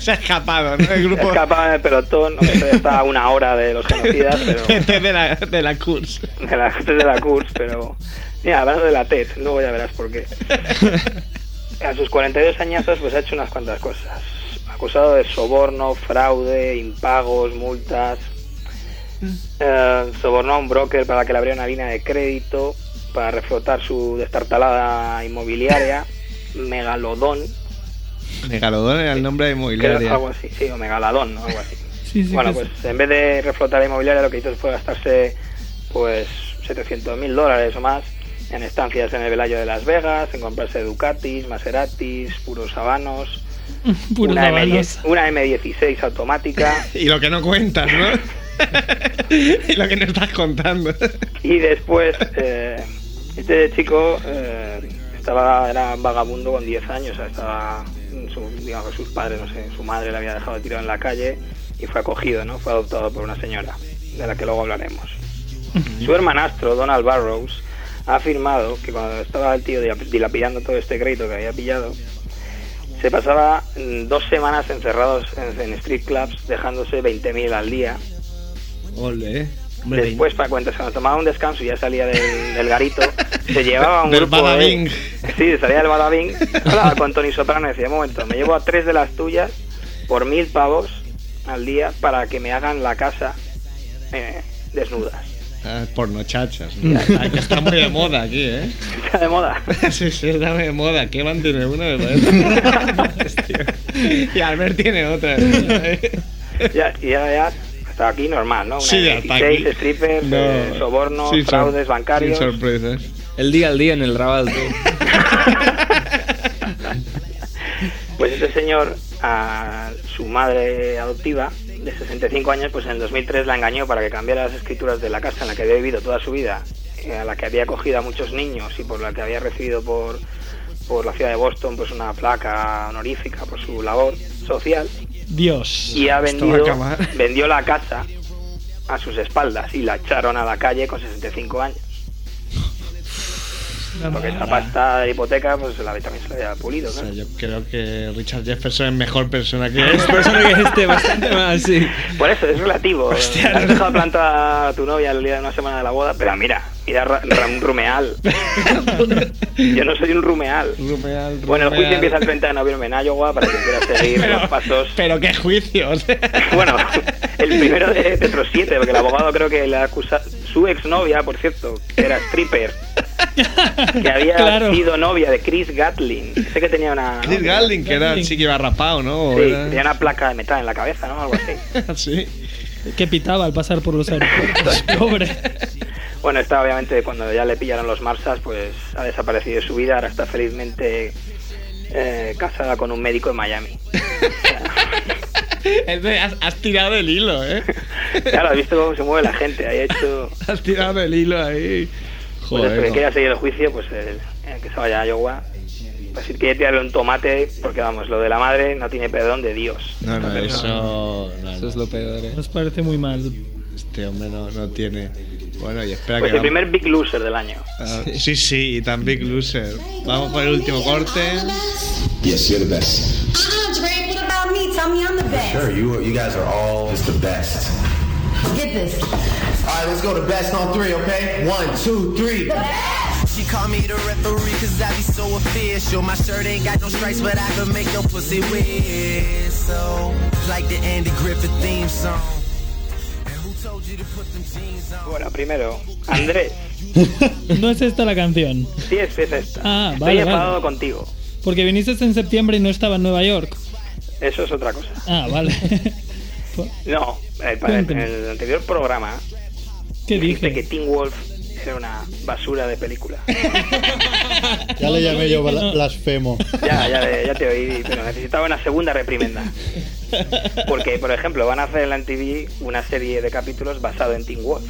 [SPEAKER 6] Se ha escapado, ¿no? El grupo
[SPEAKER 9] Escapa del pelotón, hombre, esto ya está a una hora de los genocidas, pero
[SPEAKER 6] este de la, de la CURS.
[SPEAKER 9] de la gente de la CURS, pero mira, hablando de la TED, luego ya verás por qué. A sus 42 añazos pues ha hecho unas cuantas cosas. Acusado de soborno, fraude, impagos, multas. Eh, sobornó a un broker para que le abriera una línea de crédito para reflotar su destartalada inmobiliaria, Megalodón,
[SPEAKER 6] Megalodón era el nombre de
[SPEAKER 9] creo,
[SPEAKER 6] inmobiliaria.
[SPEAKER 9] algo así, sí, o Megaladón, ¿no? algo así.
[SPEAKER 8] Sí, sí,
[SPEAKER 9] Bueno,
[SPEAKER 8] que
[SPEAKER 9] pues en vez de reflotar la inmobiliaria, lo que hizo fue gastarse pues 700 mil dólares o más en estancias en el velayo de Las Vegas, en comprarse Ducatis, Maseratis, puros habanos,
[SPEAKER 8] es puros
[SPEAKER 9] una,
[SPEAKER 8] avalos.
[SPEAKER 9] M10 una M16 automática
[SPEAKER 6] Y lo que no cuentas, ¿no? y lo que no estás contando.
[SPEAKER 9] y después eh, este chico eh, estaba era vagabundo con 10 años, o sea, estaba su- digamos, sus padres, no sé, su madre le había dejado tirado en la calle y fue acogido, ¿no? Fue adoptado por una señora, de la que luego hablaremos. Su hermanastro, Donald Barrows, ha afirmado que cuando estaba el tío dilap- dilapidando todo este crédito que había pillado, se pasaba mm, dos semanas encerrados en, en street clubs, dejándose 20.000 al día.
[SPEAKER 6] Ole. Hombre,
[SPEAKER 9] Después, para cuando se tomaba un descanso y ya salía del, del garito, se llevaba un
[SPEAKER 6] Del
[SPEAKER 9] grupo de-
[SPEAKER 6] Badabing.
[SPEAKER 9] Sí, salía del Badabing, hablaba con Tony Soprano y decía, "Un momento, me llevo a tres de las tuyas por mil pavos al día para que me hagan la casa eh, desnudas.
[SPEAKER 6] ah, pornochachas. ¿no? Está- que está muy de moda aquí, ¿eh?
[SPEAKER 9] Está de moda.
[SPEAKER 6] Sí, sí, está muy de moda. ¿Qué van tiene una? Me parece. Tío. y Albert tiene otra. ¿eh?
[SPEAKER 9] Ya, ya, ya, hasta aquí normal, ¿no? Una
[SPEAKER 6] Sí,
[SPEAKER 9] de
[SPEAKER 6] hasta aquí.
[SPEAKER 9] 16 strippers,
[SPEAKER 6] No.
[SPEAKER 9] eh, sobornos,
[SPEAKER 6] Sin sor-
[SPEAKER 9] fraudes bancarios.
[SPEAKER 6] Sin sorpresas.
[SPEAKER 7] El día al día en el Raval, tú.
[SPEAKER 9] Pues este señor, a su madre adoptiva, de 65 años, pues en el 2003 la engañó para que cambiara las escrituras de la casa en la que había vivido toda su vida, eh, a la que había acogido a muchos niños y por la que había recibido por, por la ciudad de Boston pues una placa honorífica por su labor social
[SPEAKER 8] Dios.
[SPEAKER 9] y ha
[SPEAKER 6] Esto va a
[SPEAKER 9] vendido,
[SPEAKER 6] acabar.
[SPEAKER 9] vendió la casa a sus espaldas y la echaron a la calle con 65 años. Porque esa pasta de hipoteca, pues la también se la había pulido,
[SPEAKER 6] O
[SPEAKER 9] ¿no?
[SPEAKER 6] sea, yo creo que Richard Jefferson es mejor persona que él.
[SPEAKER 7] Por eso que este bastante más, sí.
[SPEAKER 9] Por eso, es relativo. Has dejado plantada a tu novia el día de una semana de la boda, pero mira, mira Ra- Ra- un rumeal. Yo no soy un rumeal.
[SPEAKER 6] Rumeal,
[SPEAKER 9] Bueno, el juicio
[SPEAKER 6] rumeal.
[SPEAKER 9] empieza el 30 de noviembre en Iowa para que quieras seguir los pasos.
[SPEAKER 6] Pero qué juicios.
[SPEAKER 9] Bueno, el primero de, de otros siete, porque el abogado creo que la acusa. Su exnovia, por cierto, que era stripper, que había
[SPEAKER 8] Claro.
[SPEAKER 9] sido novia de Chris Gatlin. Sé que tenía una.
[SPEAKER 6] Chris Galdin, que era el chiqui barrapao, ¿no? O
[SPEAKER 9] Sí,
[SPEAKER 6] era-
[SPEAKER 9] tenía una placa de metal en la cabeza, ¿no? Algo así.
[SPEAKER 6] Sí.
[SPEAKER 8] Que pitaba al pasar por los aeropuertos. Pobre.
[SPEAKER 9] Bueno, esta obviamente cuando ya le pillaron los marsas, pues ha desaparecido de su vida, ahora está felizmente eh, casada con un médico en Miami.
[SPEAKER 6] Es de- has, has tirado el hilo, ¿eh?
[SPEAKER 9] Claro, has visto cómo se mueve la gente, ahí ha hecho...
[SPEAKER 6] Has tirado el hilo ahí.
[SPEAKER 9] Pues eso,
[SPEAKER 6] Joder.
[SPEAKER 9] que
[SPEAKER 6] no.
[SPEAKER 9] quiera seguir el juicio, pues el, el que se vaya a Iowa. Decir que tirarle un tomate, porque vamos, lo de la madre no tiene perdón de Dios.
[SPEAKER 6] No, no, eso. no,
[SPEAKER 7] Eso es
[SPEAKER 6] no.
[SPEAKER 7] lo peor, eh.
[SPEAKER 8] Nos parece muy mal.
[SPEAKER 6] Este hombre no, no tiene. Bueno, y espera
[SPEAKER 9] Pues
[SPEAKER 6] que.
[SPEAKER 9] el primer big loser del año.
[SPEAKER 6] Ah, sí, sí, y tan Big Loser. Vamos por el último corte.
[SPEAKER 4] Yes, you're the best.
[SPEAKER 11] Uh-uh, Drake, what about me? Tell me I'm the best.
[SPEAKER 4] Sure, you, you guys are all just the best.
[SPEAKER 11] Get this.
[SPEAKER 4] All right, let's go to best on three, okay? One, two, three. She called me the referee cause I be so official. My shirt ain't got no stripes, but I can make your pussy whistle. Like the Andy Griffith theme song. And who told you to put them jeans on?
[SPEAKER 9] Bueno, primero, Andrés.
[SPEAKER 8] No es esta la canción.
[SPEAKER 9] Sí, es, es esta.
[SPEAKER 8] Ah,
[SPEAKER 9] Estoy
[SPEAKER 8] vale, vale.
[SPEAKER 9] enfadado contigo.
[SPEAKER 8] Porque viniste en septiembre y no estaba en Nueva York.
[SPEAKER 9] Eso es otra cosa.
[SPEAKER 8] Ah, vale.
[SPEAKER 9] No, eh, para- en
[SPEAKER 8] Cuéntame.
[SPEAKER 9] el anterior programa
[SPEAKER 8] ¿Qué
[SPEAKER 9] dijiste que
[SPEAKER 8] dije?
[SPEAKER 9] Teen Wolf era una basura de película.
[SPEAKER 10] Ya le llamé yo
[SPEAKER 8] No, no, no.
[SPEAKER 10] blasfemo.
[SPEAKER 9] Ya, ya, ya te oí, pero necesitaba una segunda reprimenda. Porque, por ejemplo, van a hacer en la TV una serie de capítulos basado en Teen Wolf.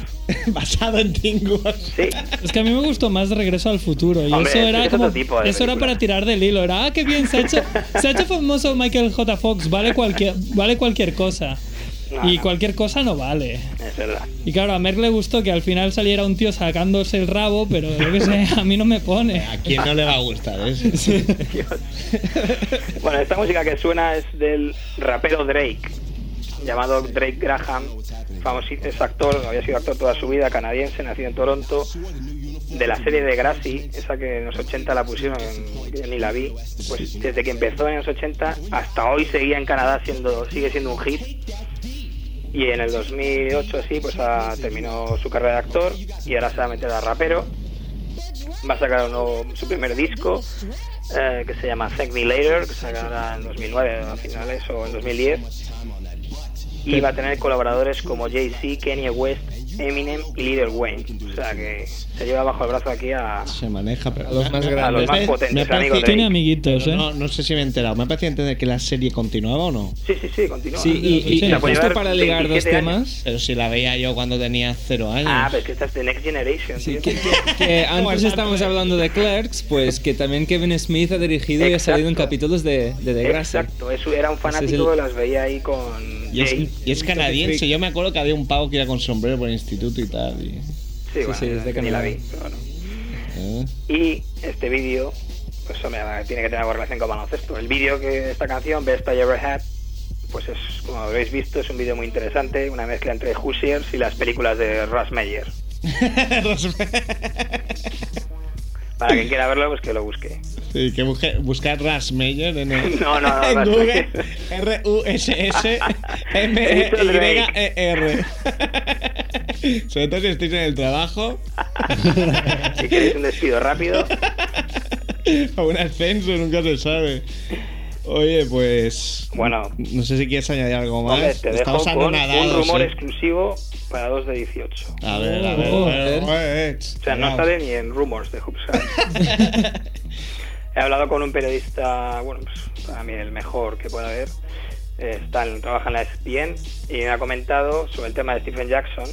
[SPEAKER 6] Basado en tingos.
[SPEAKER 9] Sí,
[SPEAKER 8] Es que a mí me gustó más Regreso al Futuro. Y
[SPEAKER 9] Hombre,
[SPEAKER 8] eso
[SPEAKER 9] es
[SPEAKER 8] era
[SPEAKER 9] otro
[SPEAKER 8] como.
[SPEAKER 9] tipo de
[SPEAKER 8] eso era
[SPEAKER 9] película.
[SPEAKER 8] para tirar del hilo. Era, ah, qué bien, se ha hecho, se ha hecho famoso Michael J. Fox. Vale cualquier, vale cualquier cosa.
[SPEAKER 9] No,
[SPEAKER 8] y
[SPEAKER 9] no.
[SPEAKER 8] cualquier cosa no vale.
[SPEAKER 9] es verdad.
[SPEAKER 8] Y claro, a Merck le gustó que al final saliera un tío sacándose el rabo, pero yo qué sé, a mí no me pone.
[SPEAKER 6] ¿A quién no le va a gustar eh? eso?
[SPEAKER 9] Bueno, esta música que suena es del rapero Drake, llamado Drake Graham, famosísimo es actor, había sido actor toda su vida, canadiense, nacido en Toronto, de la serie de Grassy, esa que en los 80 la pusieron, que yo ni la vi, pues desde que empezó en los 80 hasta hoy seguía en Canadá siendo, sigue siendo un hit. Y en el 2008 así, pues ha- terminó su carrera de actor y ahora se va a meter a rapero. Va a sacar un nuevo- su primer disco eh, que se llama Thank Me Later, que sacará en 2009 a finales o en 2010. Y va a tener colaboradores como Jay-Z, Kanye West, Eminem y Little Wayne. O sea que se lleva bajo el brazo aquí a,
[SPEAKER 6] Se maneja, pero.
[SPEAKER 7] A los más grandes.
[SPEAKER 9] a los más
[SPEAKER 6] Me
[SPEAKER 9] potentes
[SPEAKER 6] parece-
[SPEAKER 9] amigos de
[SPEAKER 8] Tiene
[SPEAKER 9] Drake.
[SPEAKER 8] amiguitos, ¿eh?
[SPEAKER 6] No, no sé si me he enterado. Me ha parecido entender que la serie continuaba o no.
[SPEAKER 9] Sí, sí, sí, continúa.
[SPEAKER 7] Sí, y, y,
[SPEAKER 8] Sí,
[SPEAKER 7] y
[SPEAKER 8] la
[SPEAKER 9] puede
[SPEAKER 7] justo
[SPEAKER 9] llevar
[SPEAKER 7] para ligar dos
[SPEAKER 9] 27 años.
[SPEAKER 7] temas. eh.
[SPEAKER 6] Pero si la veía yo cuando tenía cero años.
[SPEAKER 9] Ah, pero es que esta es de Next Generation.
[SPEAKER 7] Sí,
[SPEAKER 9] tío.
[SPEAKER 7] que, que- que antes estábamos hablando de Clerks, pues que también Kevin Smith ha dirigido y ha salido en
[SPEAKER 9] Exacto.
[SPEAKER 7] capítulos de, de The Grass.
[SPEAKER 9] Exacto, eso era un
[SPEAKER 7] es
[SPEAKER 9] fanático,
[SPEAKER 7] el-
[SPEAKER 9] las veía ahí con
[SPEAKER 12] Y es, y es canadiense. Yo me acuerdo que había un pavo que iba con sombrero por el instituto y tal. y-
[SPEAKER 9] Sí, bueno, ni la vi, pero bueno.
[SPEAKER 12] ¿Eh?
[SPEAKER 9] Y este vídeo, pues hombre, tiene que tener algo relación con baloncesto. El vídeo que de esta canción, Best I Ever Had, pues es, como habréis visto, es un vídeo muy interesante, una mezcla entre Hoosiers y las películas de Russ Meyer. Para quien quiera verlo, pues que lo busque.
[SPEAKER 12] Sí, que busque, buscar Rasmeyer en, el-
[SPEAKER 9] No, no, no,
[SPEAKER 12] en
[SPEAKER 9] Russ
[SPEAKER 12] Google.
[SPEAKER 9] Meyer. Eso es Drake.
[SPEAKER 12] R-U-S-S-M-E-Y-E-R. E Sobre todo si estáis en el trabajo.
[SPEAKER 9] Si queréis un despido rápido.
[SPEAKER 12] o un ascenso, nunca se sabe. Oye, pues.
[SPEAKER 9] Bueno.
[SPEAKER 12] No sé si quieres añadir algo más.
[SPEAKER 9] Hombre, te dejo
[SPEAKER 12] Estamos
[SPEAKER 9] con un
[SPEAKER 12] anonadados,
[SPEAKER 9] rumor
[SPEAKER 12] ¿eh?
[SPEAKER 9] exclusivo para 2 de 18.
[SPEAKER 12] A ver, a ver, a ver. eh, eh,
[SPEAKER 9] O sea, no
[SPEAKER 12] cuidado.
[SPEAKER 9] sale ni en rumors de Hubside. He hablado con un periodista, bueno, pues, para mí el mejor que pueda haber. Eh, está en- trabaja en la ESPN y me ha comentado sobre el tema de Stephen Jackson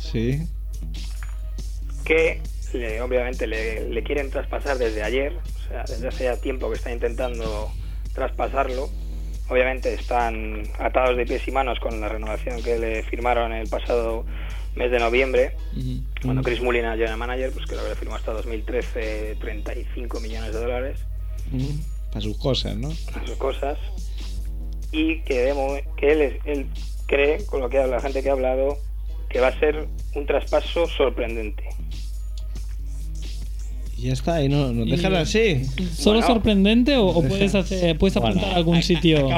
[SPEAKER 12] Sí.
[SPEAKER 9] que le- obviamente le, le quieren traspasar desde ayer, o sea, desde hace ya tiempo que están intentando traspasarlo. Obviamente están atados de pies y manos con la renovación que le firmaron el pasado mes de noviembre. Cuando Chris Mullina era manager, pues creo que le firmó hasta 2013 35 millones de dólares
[SPEAKER 12] Mm, Para sus cosas, ¿no?
[SPEAKER 9] a sus cosas y que, de mo- que él, es- él cree, con lo que habla- la gente que ha hablado, que va a ser un traspaso sorprendente.
[SPEAKER 12] Y ya está, y no, nos
[SPEAKER 8] Y-
[SPEAKER 12] dejan así.
[SPEAKER 8] ¿Solo sorprendente o, o puedes, hacer, puedes apuntar a algún sitio?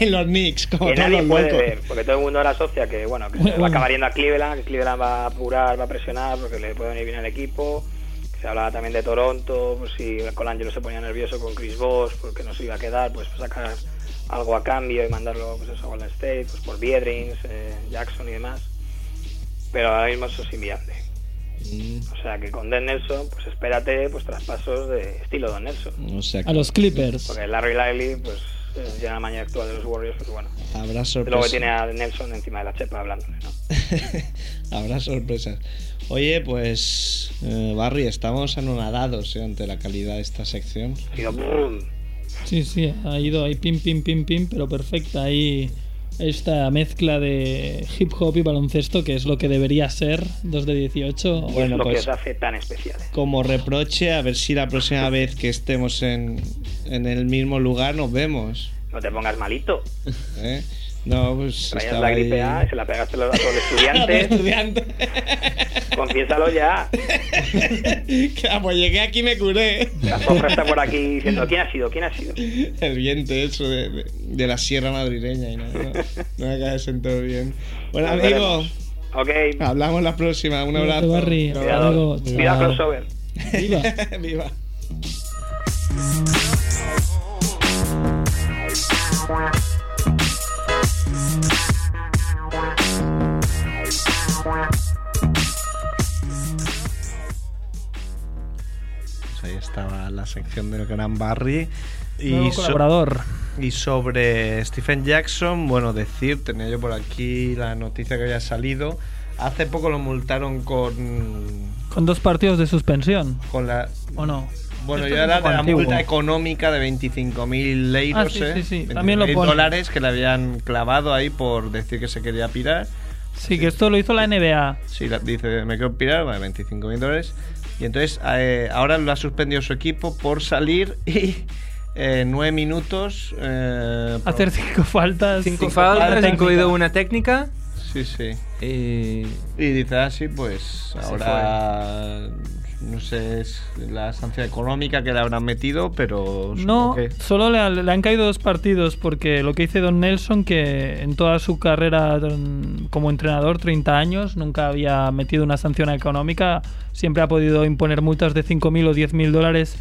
[SPEAKER 12] En los Knicks, como
[SPEAKER 9] que
[SPEAKER 12] todos los
[SPEAKER 9] nadie puede
[SPEAKER 12] locos.
[SPEAKER 9] ver, porque todo el mundo ahora asocia que bueno, que
[SPEAKER 12] Bueno.
[SPEAKER 9] va a acabar yendo a Cleveland, que Cleveland va a apurar, va a presionar porque le puede venir bien al equipo. Se hablaba también de Toronto, pues si Colangelo se ponía nervioso con Chris Bosh porque no se iba a quedar, pues sacar algo a cambio y mandarlo pues eso, a Golden State, pues por Biedrins, eh, Jackson y demás. Pero ahora mismo eso es inviable.
[SPEAKER 12] Mm,
[SPEAKER 9] O sea que con Don Nelson, pues espérate pues traspasos de estilo Don Nelson.
[SPEAKER 12] O sea,
[SPEAKER 8] A los Clippers.
[SPEAKER 9] Porque Larry Lively, pues eh, ya en la mañana actual de los Warriors, pues bueno.
[SPEAKER 12] Habrá
[SPEAKER 9] Luego que
[SPEAKER 12] sorpresas.
[SPEAKER 9] tiene a Nelson encima de la chepa hablando.
[SPEAKER 12] Habrá sorpresas. Oye, pues. eh, Barry, estamos anonadados eh, ante la calidad de esta sección.
[SPEAKER 8] Sí, sí, ha ido ahí pim, pim, pim, pim, pero perfecta. Ahí esta mezcla de hip hop y baloncesto, que es lo que debería ser 2 de 18.
[SPEAKER 12] Bueno,
[SPEAKER 9] lo que
[SPEAKER 12] pues-
[SPEAKER 9] os hace tan especiales.
[SPEAKER 12] Como reproche, a ver si la próxima vez que estemos en, en el mismo lugar nos vemos.
[SPEAKER 9] No te pongas malito.
[SPEAKER 12] ¿eh? No, pues.
[SPEAKER 9] Traías
[SPEAKER 12] estaba
[SPEAKER 9] la gripe
[SPEAKER 12] ahí-
[SPEAKER 9] A y se la pegaste a los a los estudiantes. Confiésalo ya.
[SPEAKER 12] Claro, pues llegué aquí y me curé.
[SPEAKER 9] La zorra está por aquí diciendo: ¿Quién ha sido? ¿Quién ha sido?
[SPEAKER 12] El viento eso de, de- de la sierra madrileña y no, no, no me acaba de sentar bien. Bueno,
[SPEAKER 9] Nos
[SPEAKER 12] amigo,
[SPEAKER 9] Ok.
[SPEAKER 12] hablamos la próxima. Un
[SPEAKER 9] Cuídate,
[SPEAKER 12] abrazo.
[SPEAKER 9] Barry. Cuidado. Amigo, Cuidado, chao. crossover.
[SPEAKER 12] Viva. Viva.
[SPEAKER 6] Pues ahí estaba la sección del gran Barry. Y
[SPEAKER 8] Nuevo
[SPEAKER 6] so-
[SPEAKER 8] colaborador.
[SPEAKER 6] y sobre Stephen Jackson, bueno, decir, tenía yo por aquí la noticia que había salido. Hace poco lo multaron con.
[SPEAKER 8] Con dos partidos de suspensión.
[SPEAKER 6] con la.
[SPEAKER 8] ¿O no?
[SPEAKER 6] Bueno,
[SPEAKER 8] Esto
[SPEAKER 6] ya
[SPEAKER 8] es
[SPEAKER 6] era
[SPEAKER 8] un poco
[SPEAKER 6] de la
[SPEAKER 8] antiguo.
[SPEAKER 6] multa económica de 25.000 euros,
[SPEAKER 8] Ah, sí,
[SPEAKER 6] eh,
[SPEAKER 8] sí, sí. También lo
[SPEAKER 6] 25.000
[SPEAKER 8] pone.
[SPEAKER 6] dólares que le habían clavado ahí por decir que se quería pirar.
[SPEAKER 8] Sí, que esto lo hizo la NBA.
[SPEAKER 6] Sí, la- dice, me quiero pirar, vale, 25 mil dólares. Y entonces eh, ahora lo ha suspendido su equipo por salir y eh, nueve minutos. eh, pro-
[SPEAKER 8] Hacer cinco faltas.
[SPEAKER 6] Cinco faltas, faltas, incluido cinco-
[SPEAKER 7] una técnica.
[SPEAKER 6] Sí, sí.
[SPEAKER 7] Y,
[SPEAKER 6] dice así, pues ahora no sé es la sanción económica que le habrán metido, pero
[SPEAKER 8] No,
[SPEAKER 6] supongo que-
[SPEAKER 8] solo le, han- le han caído dos partidos porque lo que dice Don Nelson, que en toda su carrera mm, como entrenador, 30 años, nunca había metido una sanción económica, siempre ha podido imponer multas de 5.000 o 10.000 dólares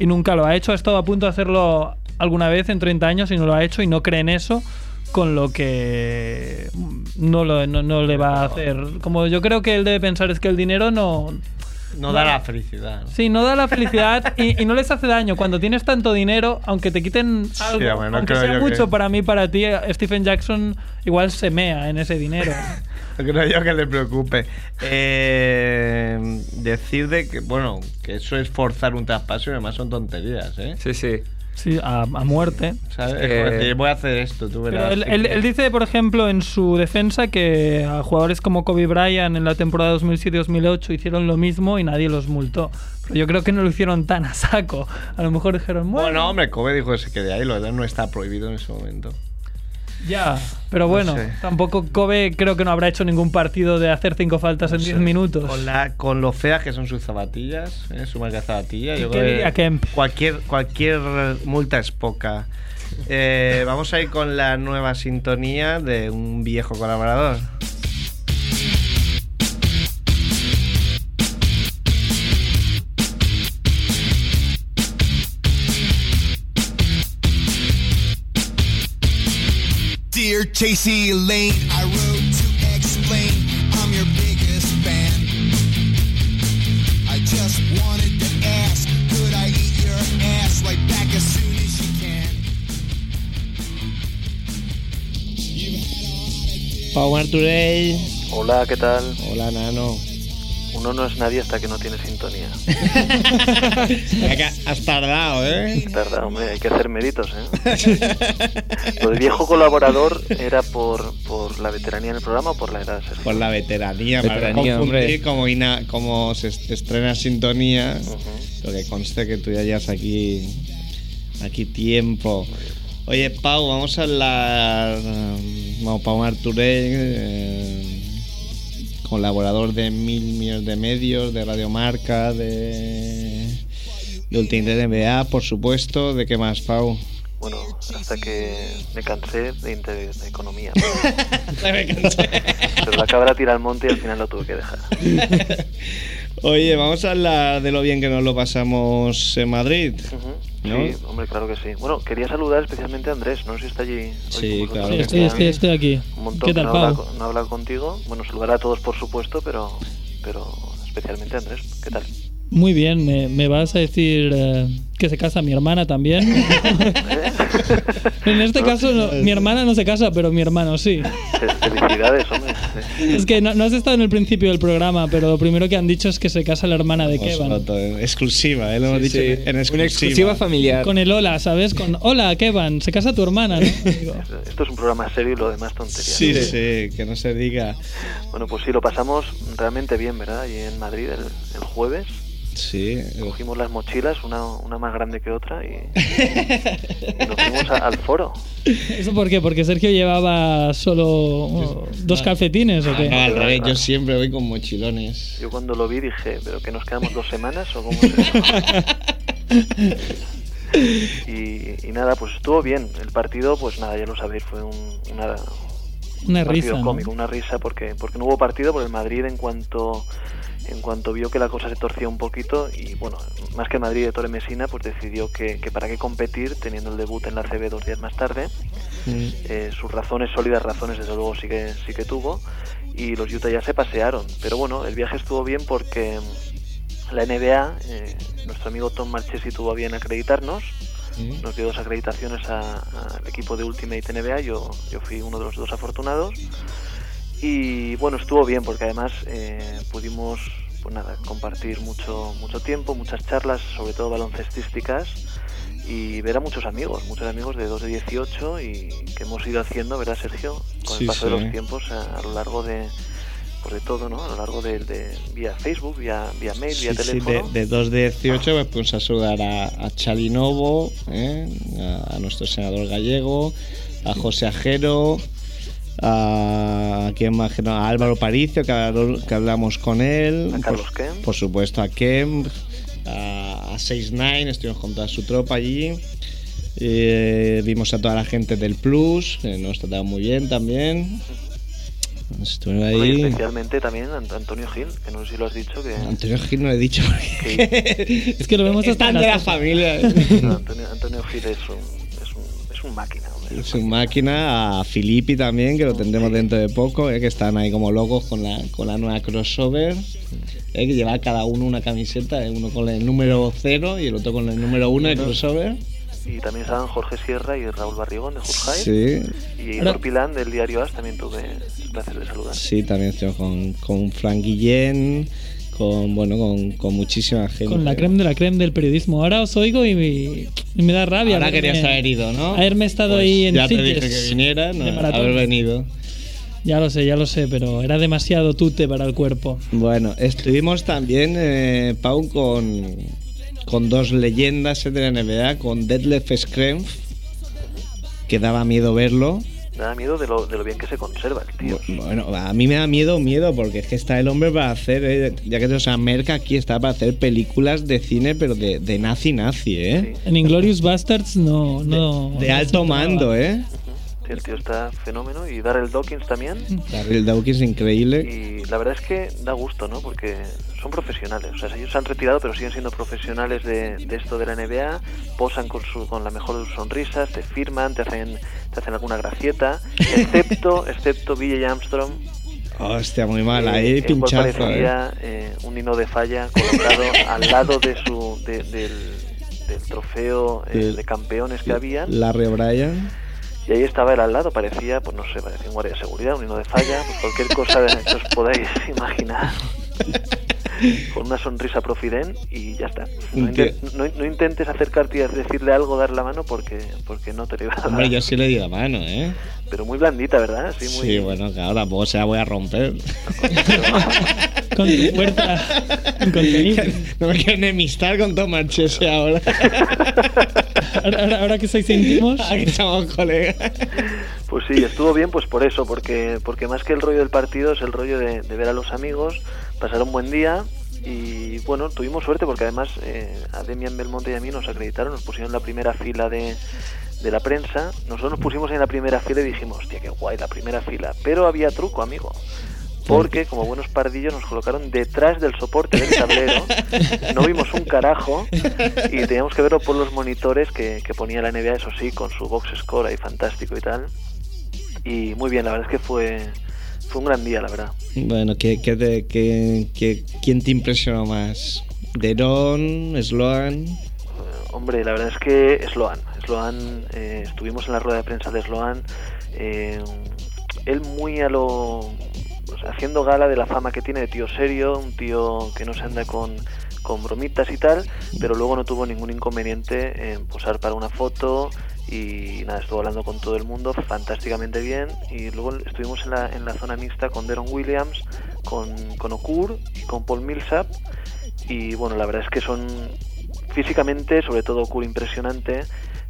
[SPEAKER 8] y nunca lo ha hecho, ha estado a punto de hacerlo alguna vez en 30 años y no lo ha hecho y no cree en eso. Con lo que mm, no, lo, no, no le va a hacer. Como yo creo que él debe pensar es que el dinero no,
[SPEAKER 6] no da la felicidad. ¿no?
[SPEAKER 8] Sí, no da la felicidad y, y no les hace daño. Cuendo tienes tanto dinero, aunque te quiten algo,
[SPEAKER 6] bueno,
[SPEAKER 8] aunque
[SPEAKER 6] creo
[SPEAKER 8] sea
[SPEAKER 6] yo
[SPEAKER 8] mucho
[SPEAKER 6] que-
[SPEAKER 8] para mí, para ti, Stephen Jackson igual se mea en ese dinero.
[SPEAKER 6] No creo yo que le preocupe. Eh, decir de que, bueno, que eso es forzar un traspaso y además son tonterías, ¿eh?
[SPEAKER 7] Sí, sí.
[SPEAKER 8] Sí, a, a muerte.
[SPEAKER 13] ¿sabes?
[SPEAKER 8] Es que-
[SPEAKER 13] Es como decir, voy a hacer esto, tú
[SPEAKER 8] Pero
[SPEAKER 13] verás.
[SPEAKER 8] él, él- él dice, por ejemplo, en su defensa que a jugadores como Kobe Bryant en la temporada 2007-2008 hicieron lo mismo y nadie los multó. Pero yo creo que no lo hicieron tan a saco. A lo mejor dijeron, bueno,
[SPEAKER 13] Bueno, hombre, Kobe dijo que se quede ahí, lo de él no está prohibido en ese momento.
[SPEAKER 8] ya. Pero bueno,
[SPEAKER 13] sé.
[SPEAKER 8] tampoco Kobe creo que no habrá hecho ningún partido de hacer cinco faltas en 10 minutos.
[SPEAKER 13] Con, la, con lo feas que son sus zapatillas, ¿eh? su marca de zapatillas. Yo
[SPEAKER 8] ¿Qué
[SPEAKER 13] creo que
[SPEAKER 8] diría Kemp?
[SPEAKER 13] Cualquier, cualquier multa es poca. Eh, vamos a ir con la nueva sintonía de un viejo colaborador.
[SPEAKER 14] Dear JC Lane, I wrote to explain I'm your biggest fan. I just wanted to ask, could I eat your ass right back as soon as you can?
[SPEAKER 6] Power Today.
[SPEAKER 15] Hola, ¿qué tal?
[SPEAKER 6] Hola, nano.
[SPEAKER 15] Uno no es nadie hasta que no tiene sintonía.
[SPEAKER 6] Ya que Has tardado, ¿eh?
[SPEAKER 15] Tarda, hombre, hay que hacer méritos, ¿eh? Lo de viejo colaborador era por, por la veteranía en el programa o por la edad, Sergio?
[SPEAKER 6] Por la veteranía, para no
[SPEAKER 15] Veteranía,
[SPEAKER 6] confundir
[SPEAKER 15] hombre.
[SPEAKER 6] como, ina- como se est- estrena sintonía, lo que conste que tú ya llevas aquí, aquí tiempo. Oye, Pau, vamos a hablar. um, Vamos, Pau Marturell, eh, colaborador de mil millones de medios, de Radiomarca, de. de Ultimate NBA, por supuesto. ¿De qué más, Pau?
[SPEAKER 15] Bueno, hasta que me cansé de, inter- de economía. Pero la cabra tira al monte y al final lo tuve que dejar.
[SPEAKER 6] Oye, vamos a hablar de lo bien que nos lo pasamos en Madrid. ¿no?
[SPEAKER 15] Sí, hombre, claro que sí. Bueno, quería saludar especialmente a Andrés, no sé si está allí.
[SPEAKER 6] Sí, claro.
[SPEAKER 8] Sí, estoy, estoy, estoy aquí.
[SPEAKER 15] Un montón
[SPEAKER 8] ¿Qué tal,
[SPEAKER 15] que no habla,
[SPEAKER 8] Pau?
[SPEAKER 15] co- no habla contigo. Bueno, saludar a todos, por supuesto, pero, pero especialmente a Andrés. ¿Qué tal?
[SPEAKER 8] Muy bien, ¿me, me vas a decir eh, que se casa mi hermana también? en este caso, no, mi hermana no se casa, pero mi hermano sí.
[SPEAKER 15] Fe- Felicidades, hombre.
[SPEAKER 8] Es que no, no has estado en el principio del programa, pero lo primero que han dicho es que se casa la hermana de
[SPEAKER 6] Os
[SPEAKER 8] Kevan.
[SPEAKER 6] noto, eh, Exclusiva, ¿eh? Lo hemos
[SPEAKER 7] Sí,
[SPEAKER 6] dicho
[SPEAKER 7] sí.
[SPEAKER 6] en
[SPEAKER 7] Una
[SPEAKER 6] exclusiva.
[SPEAKER 7] exclusiva familiar.
[SPEAKER 8] Con el hola, ¿sabes? Con hola, Kevan, se casa tu hermana, ¿no?
[SPEAKER 15] Esto es un programa serio y lo demás tontería.
[SPEAKER 6] Sí, sí, que no se diga.
[SPEAKER 15] Bueno, pues sí, lo pasamos realmente bien, ¿verdad? Y en Madrid el, el jueves
[SPEAKER 6] Sí.
[SPEAKER 15] cogimos las mochilas, una, una más grande que otra, y, y nos fuimos a- al foro.
[SPEAKER 8] ¿Eso por qué? ¿Porque Sergio llevaba solo oh, dos calcetines o
[SPEAKER 15] Ah,
[SPEAKER 6] No, al
[SPEAKER 8] qué?
[SPEAKER 6] revés, yo siempre voy con mochilones.
[SPEAKER 15] Yo cuando lo vi dije, ¿pero que nos quedamos dos semanas o cómo es esto?". y, y nada, pues estuvo bien. El partido, pues nada, ya lo sabéis, fue un, una,
[SPEAKER 8] Una
[SPEAKER 15] un partido
[SPEAKER 8] risa, ¿no?
[SPEAKER 15] cómico, una risa, porque, porque no hubo partido, porque el Madrid en cuanto en cuanto vio que la cosa se torcía un poquito, y bueno, más que el Madrid de Torre Mesina, pues decidió que, que para qué competir, teniendo el debut en la CB dos días más tarde, eh, sus razones, sólidas razones, desde luego sí que, sí que tuvo, y los Utah ya se pasearon. Pero bueno, el viaje estuvo bien porque la NBA, eh, nuestro amigo Tom Marchesi tuvo a bien acreditarnos,
[SPEAKER 7] Mm.
[SPEAKER 15] nos dio dos acreditaciones a- al equipo de Ultimate NBA, yo, yo fui uno de los dos afortunados, y bueno, estuvo bien porque además eh, pudimos pues nada, compartir mucho, mucho tiempo, muchas charlas, sobre todo baloncestísticas, y ver a muchos amigos, muchos amigos de 2 de 18 y que hemos ido haciendo, ¿verdad, Sergio? Con
[SPEAKER 6] Sí,
[SPEAKER 15] el paso
[SPEAKER 6] sí.
[SPEAKER 15] de los tiempos a, a lo largo de, pues de todo, ¿no? A lo largo de, de- vía Facebook, vía, vía mail,
[SPEAKER 6] Sí,
[SPEAKER 15] vía
[SPEAKER 6] sí,
[SPEAKER 15] teléfono.
[SPEAKER 6] de, de 2 de 18 pues, pues a saludar a, a Chalinovo, ¿eh? a, a nuestro senador gallego, a José Ajero, a, ¿a quién más? Que no, a Álvaro Paricio, que, habl- que hablamos con él,
[SPEAKER 15] A Carlos
[SPEAKER 6] por,
[SPEAKER 15] Kemp.
[SPEAKER 6] por supuesto a Kemp, a, a 69 estuvimos con toda su tropa allí. Eh, vimos a toda la gente del Plus, que nos trataron muy bien también. Estuvieron
[SPEAKER 15] Bueno, y
[SPEAKER 6] ahí.
[SPEAKER 15] especialmente también Ant- Antonio Gil, que no sé si lo has dicho, que...
[SPEAKER 6] Antonio Gil no lo he dicho.
[SPEAKER 8] Es que lo vemos hasta
[SPEAKER 6] Están de la familia.
[SPEAKER 15] No, Antonio, Antonio Gil es un, es un, es un máquina.
[SPEAKER 6] Su máquina, a Filippi también, que lo tendremos dentro de poco, eh, que están ahí como locos con la, con la nueva crossover, eh, que lleva cada uno una camiseta, eh, uno con el número 0 y el otro con el número 1 de crossover.
[SPEAKER 15] Y también estaban Jorge Sierra y Raúl Barrigón de Jurjai.
[SPEAKER 6] Sí.
[SPEAKER 15] Y Igor Pilán del diario As también tuve el placer de saludar.
[SPEAKER 6] Sí, también estoy con, con Frank Guillén, con, bueno, con, con muchísima gente.
[SPEAKER 8] Con la creme de la creme del periodismo. Ahora os oigo y me, y me da rabia. Eh,
[SPEAKER 6] Ahora
[SPEAKER 8] haberme-
[SPEAKER 6] querías haber ido, ¿no?
[SPEAKER 8] Haberme estado
[SPEAKER 6] Pues
[SPEAKER 8] ahí en
[SPEAKER 6] Ya te dije
[SPEAKER 8] Sitges
[SPEAKER 6] que viniera, no,
[SPEAKER 8] de maratón.
[SPEAKER 6] haber venido.
[SPEAKER 8] Ya lo sé, ya lo sé, pero era demasiado tute para el cuerpo.
[SPEAKER 6] Bueno, estuvimos también, eh, Pau, con, con dos leyendas eh, de la NBA, con Detlef Scrimp, que daba miedo verlo.
[SPEAKER 15] Me da miedo de lo, de lo bien que se conserva el tío.
[SPEAKER 6] Bueno, a mí me da miedo, miedo, porque es que está el hombre para hacer, eh, ya que o sea, Merca aquí está para hacer películas de cine, pero de, de nazi nazi, ¿eh?
[SPEAKER 8] En Inglorious Bastards no. no
[SPEAKER 6] De alto mando, ¿eh?
[SPEAKER 15] Sí, el tío está fenómeno. Y Darrell Dawkins también.
[SPEAKER 6] Darryl Dawkins increíble.
[SPEAKER 15] Y la verdad es que da gusto, ¿no? Porque son profesionales. O sea, ellos se han retirado, pero siguen siendo profesionales de, de esto de la NBA. Posan con, su, con la mejor de sus sonrisas, te firman, te hacen, te hacen alguna gracieta. Excepto, excepto Billy Armstrong,
[SPEAKER 6] Hostia, muy mal,
[SPEAKER 15] eh,
[SPEAKER 6] ahí
[SPEAKER 15] el cual
[SPEAKER 6] E pinchazo, ¿eh?
[SPEAKER 15] parecía eh, un hino de falla colocado al lado de su, de- del, del trofeo eh,
[SPEAKER 6] Del-
[SPEAKER 15] de campeones que había.
[SPEAKER 6] Larry O'Brien.
[SPEAKER 15] Y ahí estaba él al lado, parecía, pues no sé, parecía un guardia de seguridad, un hino de falla, pues cualquier cosa de- que os podáis imaginar. Con una sonrisa profident y ya está. No,
[SPEAKER 6] Un tío-
[SPEAKER 15] inten- no- no intentes acercarte y decirle algo, dar la mano, porque, porque no te lo iba a
[SPEAKER 6] Hombre,
[SPEAKER 15] dar.
[SPEAKER 6] yo sí le di la mano, ¿eh?
[SPEAKER 15] Pero muy blandita, ¿verdad? Sí, muy...
[SPEAKER 6] Sí, bueno, claro, tampoco se la voy a romper.
[SPEAKER 8] Con tu fuerza.
[SPEAKER 6] No me quiero enemistar con Tomás Chese ahora.
[SPEAKER 8] ahora, que sois íntimos.
[SPEAKER 6] Aquí estamos colegas.
[SPEAKER 15] Pues sí, estuvo bien pues por eso, porque, porque más que el rollo del partido es el rollo de, de ver a los amigos, pasar un buen día y bueno, tuvimos suerte porque además eh, a Demian Belmonte y a mí nos acreditaron, nos pusieron en la primera fila de, de la prensa, nosotros nos pusimos en la primera fila y dijimos, hostia, qué guay, la primera fila, pero había truco, amigo. Porque como buenos pardillos nos colocaron detrás del soporte del tablero, no vimos un carajo y teníamos que verlo por los monitores que, que ponía la NBA, eso sí, con su box score ahí fantástico y tal. Y muy bien, la verdad es que fue, fue un gran día, la verdad.
[SPEAKER 6] Bueno, ¿qué, qué te- qué- qué- quién te impresionó más? ¿Deron? ¿Sloan?
[SPEAKER 15] Eh, Hombre, la verdad es que Sloan. Sloan, eh, estuvimos en la rueda de prensa de Sloan. eh, él muy a lo. pues, haciendo gala de la fama que tiene de tío serio, un tío que no se anda con, con bromitas y tal, pero luego no tuvo ningún inconveniente en posar para una foto y nada, estuvo hablando con todo el mundo fantásticamente bien. Y luego estuvimos en la, en la zona mixta con Deron Williams, con, con Okur y con Paul Millsap. Y bueno, la verdad es que son físicamente, sobre todo Curry impresionante,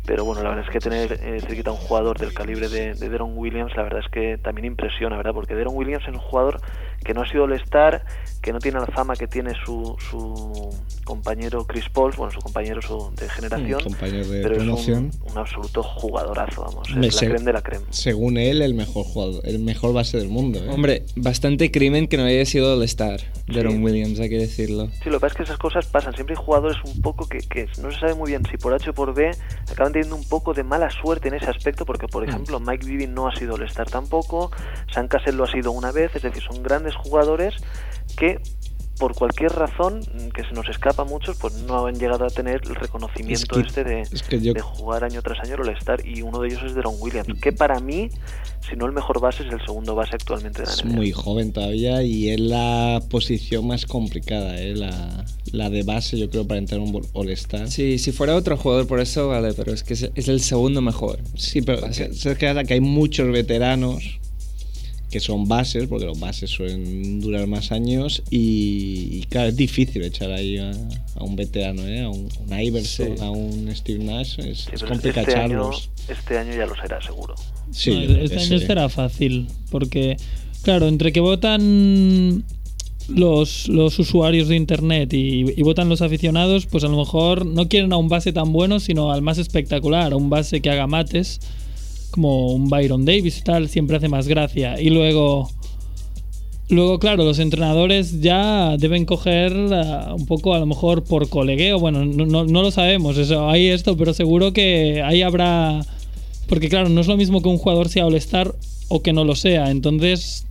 [SPEAKER 15] pero bueno, la verdad es que tener eh, cerquita a un jugador del calibre de, de Deron Williams, la verdad es que también impresiona, ¿verdad? Porque Deron Williams es un jugador que no ha sido el star, que no tiene la fama que tiene su, su compañero Chris Paul, bueno, su compañero su- de generación,
[SPEAKER 6] Mm, compañero de
[SPEAKER 15] pero es
[SPEAKER 6] promoción.
[SPEAKER 15] un, un absoluto jugadorazo, vamos, es
[SPEAKER 6] Me
[SPEAKER 15] la
[SPEAKER 6] sé-
[SPEAKER 15] creme de la creme.
[SPEAKER 6] Según él, el mejor jugador, el mejor base del mundo. ¿eh?
[SPEAKER 7] Hombre, bastante crimen que no haya sido el star, Deron
[SPEAKER 15] Sí.
[SPEAKER 7] Williams, hay que decirlo.
[SPEAKER 15] Sí, lo que pasa es que esas cosas pasan. Siempre hay jugadores un poco que, que no se sabe muy bien si por H o por B acaban teniendo un poco de mala suerte en ese aspecto, porque
[SPEAKER 6] Mm.
[SPEAKER 15] por ejemplo Mike Bibin no ha sido el star tampoco, San Cassell lo ha sido una vez, es decir, son grandes jugadores que por cualquier razón mm, que se nos escapa a muchos, pues no han llegado a tener el reconocimiento
[SPEAKER 6] Es que-
[SPEAKER 15] este de,
[SPEAKER 6] es que yo- Mm.
[SPEAKER 15] de jugar año tras año el All-Star y uno de ellos es Deron Williams, que para mí, si no el mejor base, es el segundo base actualmente de la
[SPEAKER 6] Es
[SPEAKER 15] NBA.
[SPEAKER 6] muy joven todavía y es la posición más complicada, ¿eh? la, la de base, yo creo, para entrar a un All-Star.
[SPEAKER 7] Sí, si fuera otro jugador por eso, vale, pero es que es, es el segundo mejor.
[SPEAKER 6] Sí, pero se- se queda que hay muchos veteranos que son bases, porque los bases suelen durar más años y, y claro, es difícil echar ahí a, a un veterano, ¿eh? a un, un Iverson,
[SPEAKER 15] Sí.
[SPEAKER 6] a un Steve Nash, es,
[SPEAKER 15] Sí,
[SPEAKER 6] es
[SPEAKER 15] pero
[SPEAKER 6] complicado
[SPEAKER 15] este año,
[SPEAKER 6] echarlos.
[SPEAKER 15] este año ya lo será, seguro.
[SPEAKER 6] Sí,
[SPEAKER 8] No,
[SPEAKER 6] yo creo que
[SPEAKER 8] este año
[SPEAKER 6] sí.
[SPEAKER 8] será fácil, porque, claro, entre que votan los, los usuarios de Internet y, y votan los aficionados, pues a lo mejor no quieren a un base tan bueno, sino al más espectacular, a un base que haga mates, como un Byron Davis y tal, siempre hace más gracia. Y luego... Luego, claro, los entrenadores ya deben coger ah, un poco, a lo mejor por colegueo. Bueno, no, no- no lo sabemos, eso, hay esto, pero seguro que ahí habrá. Porque, claro, no es lo mismo que un jugador sea All-Star o que no lo sea. Entonces,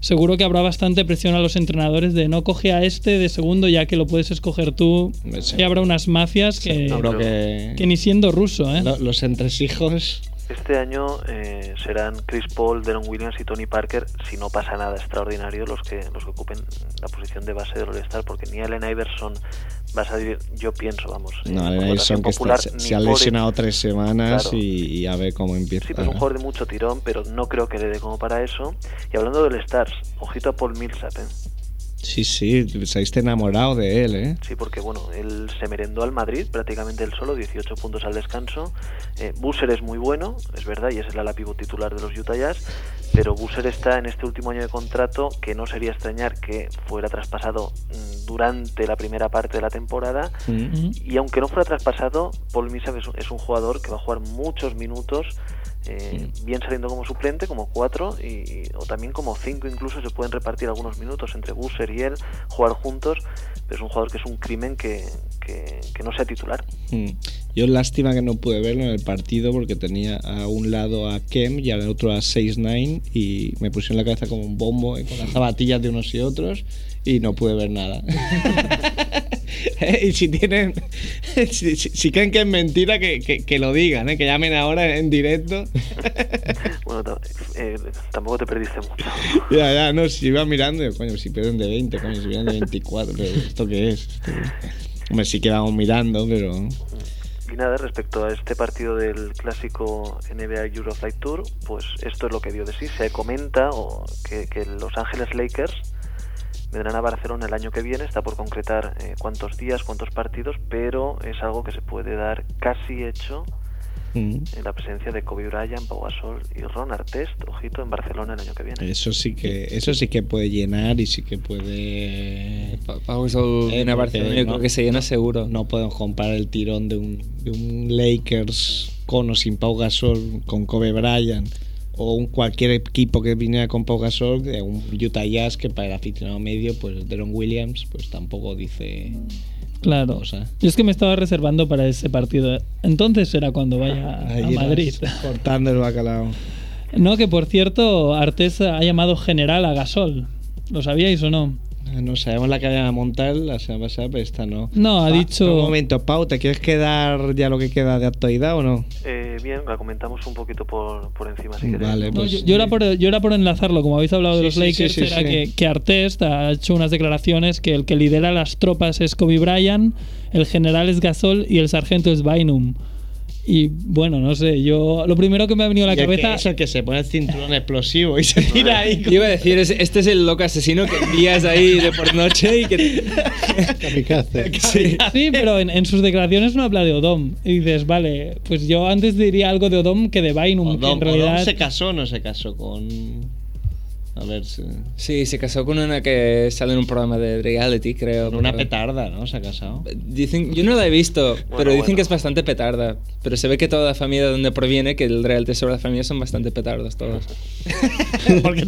[SPEAKER 8] seguro que habrá bastante presión a los entrenadores de no coge a este de segundo, ya que lo puedes escoger tú.
[SPEAKER 6] Hombre, sí.
[SPEAKER 8] Y habrá unas mafias que,
[SPEAKER 6] Yo creo que
[SPEAKER 8] que ni siendo ruso, ¿eh?
[SPEAKER 6] lo- los entresijos
[SPEAKER 15] Este año eh, serán Chris Paul, Deron Williams y Tony Parker, si no pasa nada extraordinario, los que, los que ocupen la posición de base del All-Star, porque ni Allen Iverson va a salir, yo pienso, vamos. en
[SPEAKER 6] No,
[SPEAKER 15] la
[SPEAKER 6] Allen
[SPEAKER 15] votación
[SPEAKER 6] Iverson que está-
[SPEAKER 15] popular,
[SPEAKER 6] se,
[SPEAKER 15] ni
[SPEAKER 6] se ha
[SPEAKER 15] Boric.
[SPEAKER 6] lesionado tres semanas
[SPEAKER 15] Claro.
[SPEAKER 6] y, y a ver cómo empieza.
[SPEAKER 15] Sí, pero es un jugador de mucho tirón, pero no creo que le dé como para eso. Y hablando del Stars, ojito a Paul Millsap, ¿eh?
[SPEAKER 6] Sí, sí, se habéis enamorado de él, ¿eh?
[SPEAKER 15] Sí, porque bueno, él se merendó al Madrid prácticamente él solo, 18 puntos al descanso. Eh, Busser es muy bueno, es verdad, y es el ala pivot titular de los Utah Jazz, pero Busser está en este último año de contrato, que no sería extrañar que fuera traspasado mm, durante la primera parte de la temporada. Y aunque no fuera traspasado, Paul Millsap es un, es un jugador que va a jugar muchos minutos, eh, bien saliendo como suplente, como cuatro, y, y- o también como cinco incluso, se pueden repartir algunos minutos entre Busser y él, jugar juntos, pero es un jugador que es un crimen que, que- que no sea titular.
[SPEAKER 6] Mm. Yo lástima que no pude verlo en el partido porque tenía a un lado a Kem y al otro a 6-9 y me pusieron la cabeza como un bombo eh, con las zapatillas de unos y otros y no pude ver nada. Eh, y si tienen, si, si- si creen que es mentira, que, que- que lo digan, eh, que llamen ahora en directo.
[SPEAKER 15] Bueno, ta- eh, tampoco te perdiste mucho.
[SPEAKER 6] ya, ya, no, si iba mirando, yo, coño, si pierden de 20, coño, si pierden de 24, pero ¿esto qué es? Esto qué es. Hombre, sí que vamos mirando, pero...
[SPEAKER 15] Y nada, respecto a este partido del clásico NBA Euroflight Tour, pues esto es lo que dio de sí. Se comenta o que, que Los Ángeles Lakers vendrán a Barcelona el año que viene, está por concretar eh, cuántos días, cuántos partidos, pero es algo que se puede dar casi hecho en la presencia de Kobe Bryant, Pau Gasol y Ron Artest, ojito, en Barcelona el año que viene.
[SPEAKER 6] Eso sí que,
[SPEAKER 8] Este.
[SPEAKER 6] eso sí que puede llenar y sí que puede.
[SPEAKER 7] Vamos a pues, Barcelona, yo creo que
[SPEAKER 6] se llena seguro. No podemos comparar el tirón de un, de un Lakers con o sin Pau Gasol con Kobe Bryant o un cualquier equipo que viniera con Pau Gasol, de un Utah Jazz que para el aficionado medio, pues Deron Williams, pues tampoco dice.
[SPEAKER 8] Claro.
[SPEAKER 6] cosa.
[SPEAKER 8] Yo es que me estaba reservando para ese partido. Entonces será cuando vaya a- a
[SPEAKER 6] Ah, Ahí vas,
[SPEAKER 8] Madrid.
[SPEAKER 6] Cortando el bacalao.
[SPEAKER 8] No, que por cierto, Artés ha llamado general a Gasol. ¿Lo sabíais o no?
[SPEAKER 6] Ah, No sabemos la que vayan a montar la semana pasada, pero esta no.
[SPEAKER 8] No, ha
[SPEAKER 6] Pa-
[SPEAKER 8] dicho-
[SPEAKER 6] Un momento, Pau, ¿te quieres quedar ya lo que queda de actualidad o no?
[SPEAKER 15] Eh, bien, la comentamos un poquito por, por encima, si queréis.
[SPEAKER 6] Vale,
[SPEAKER 8] No,
[SPEAKER 6] pues.
[SPEAKER 8] yo, yo era por, yo era por enlazarlo, como habéis hablado de
[SPEAKER 6] Sí,
[SPEAKER 8] los
[SPEAKER 6] sí,
[SPEAKER 8] Lakers,
[SPEAKER 6] sí, sí,
[SPEAKER 8] era
[SPEAKER 6] sí.
[SPEAKER 8] Que, que Artest ha hecho unas declaraciones que el que lidera las tropas es Kobe Bryant, el general es Gasol y el sargento es Bynum. Y bueno, no sé, yo lo primero que me ha venido a la
[SPEAKER 6] Y el que-
[SPEAKER 8] cabeza
[SPEAKER 6] es el que se pone el cinturón explosivo y se tira ahí.
[SPEAKER 7] Yo iba a decir, es- este es el loco asesino que envías ahí de por noche y que.
[SPEAKER 8] Sí, pero en, en sus declaraciones no habla de Odom. Y dices, vale, pues yo antes diría algo de Odom que de Bynum. que
[SPEAKER 6] Odom-
[SPEAKER 8] en realidad.
[SPEAKER 6] Odom se casó o no se casó con. A ver, se-
[SPEAKER 7] Sí, se casó con una que sale en un programa de reality, creo.
[SPEAKER 6] una petarda, ¿no? Se ha casado.
[SPEAKER 7] Dicen, yo no la he visto, pero dicen que es bastante petarda. Pero se ve que toda la familia de donde proviene, que el reality sobre la familia, son bastante petardos todos.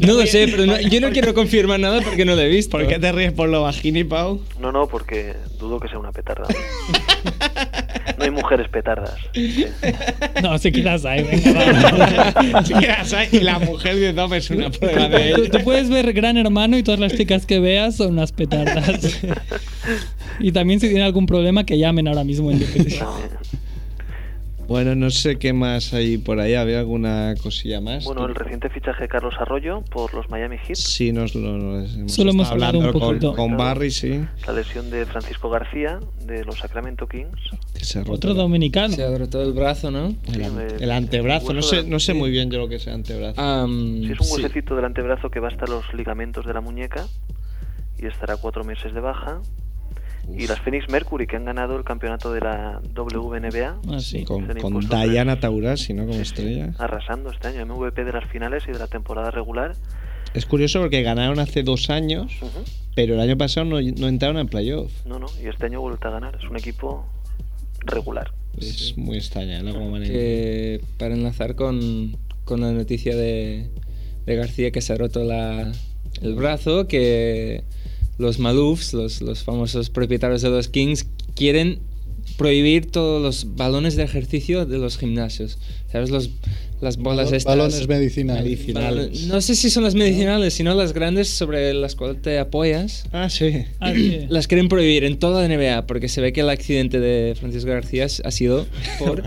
[SPEAKER 7] no lo sé, pero no- yo no quiero confirmar nada porque no lo he visto.
[SPEAKER 6] ¿Por qué te ríes por lo bajini, Pau?
[SPEAKER 15] No, no, porque dudo que sea una petarda. No hay mujeres petardas.
[SPEAKER 8] No, sí, quizás hay. venga, va.
[SPEAKER 6] Sí, ya sabes, y la mujer de Odom es una prueba de
[SPEAKER 8] Tú,
[SPEAKER 6] ello.
[SPEAKER 8] tú puedes ver Gran Hermano y todas las chicas que veas son unas petardas. y también si tienen algún problema que llamen ahora mismo en directo.
[SPEAKER 6] Bueno, no sé qué más hay por ahí. ¿Había alguna cosilla más?
[SPEAKER 15] Bueno, el reciente fichaje de Carlos Arroyo por los Miami Heat.
[SPEAKER 6] Sí, nos lo nos hemos
[SPEAKER 15] Solo hemos
[SPEAKER 6] estado
[SPEAKER 15] hablado un
[SPEAKER 6] hablando
[SPEAKER 15] poquito.
[SPEAKER 6] con, con Barry, sí.
[SPEAKER 15] La lesión de Francisco García de los Sacramento Kings.
[SPEAKER 6] Que se ha roto
[SPEAKER 8] Otro dominicano.
[SPEAKER 7] Se ha roto el brazo, ¿no?
[SPEAKER 6] el, an-
[SPEAKER 15] el-
[SPEAKER 6] el antebrazo.
[SPEAKER 15] el
[SPEAKER 6] No
[SPEAKER 15] hueso
[SPEAKER 6] sé,
[SPEAKER 15] de-
[SPEAKER 6] no sé muy bien yo lo que es antebrazo.
[SPEAKER 15] Sí, es un huesecito del antebrazo que va hasta los ligamentos de la muñeca y estará cuatro meses de baja. Y las Phoenix Mercury que han ganado el campeonato de la WNBA.
[SPEAKER 6] Ah,
[SPEAKER 8] Ah,
[SPEAKER 6] Con,
[SPEAKER 15] se han
[SPEAKER 6] con
[SPEAKER 15] impuesto
[SPEAKER 6] Diana Taurasi, ¿no? Como estrella.
[SPEAKER 15] arrasando este año MVP de las finales y de la temporada regular.
[SPEAKER 6] Es curioso porque ganaron hace dos años,
[SPEAKER 15] Ujú.
[SPEAKER 6] pero el año pasado no, no entraron en playoff.
[SPEAKER 15] No, no, y este año vuelta a ganar. Es un equipo regular.
[SPEAKER 6] Es muy extraña, ¿no? Como manera.
[SPEAKER 7] Que para enlazar con, con la noticia de, de García que se ha roto la- el brazo, que los Malufs, los, los famosos propietarios de los Kings, quieren prohibir todos los balones de ejercicio de los gimnasios. ¿Sabes? Los, las bolas
[SPEAKER 16] Balones
[SPEAKER 7] estas...
[SPEAKER 16] medicinales.
[SPEAKER 7] Balones- No sé si son las medicinales, sino las grandes sobre las cuales te apoyas.
[SPEAKER 6] Ah, sí.
[SPEAKER 7] Las quieren prohibir en toda la NBA porque se ve que el accidente de Francisco García ha sido por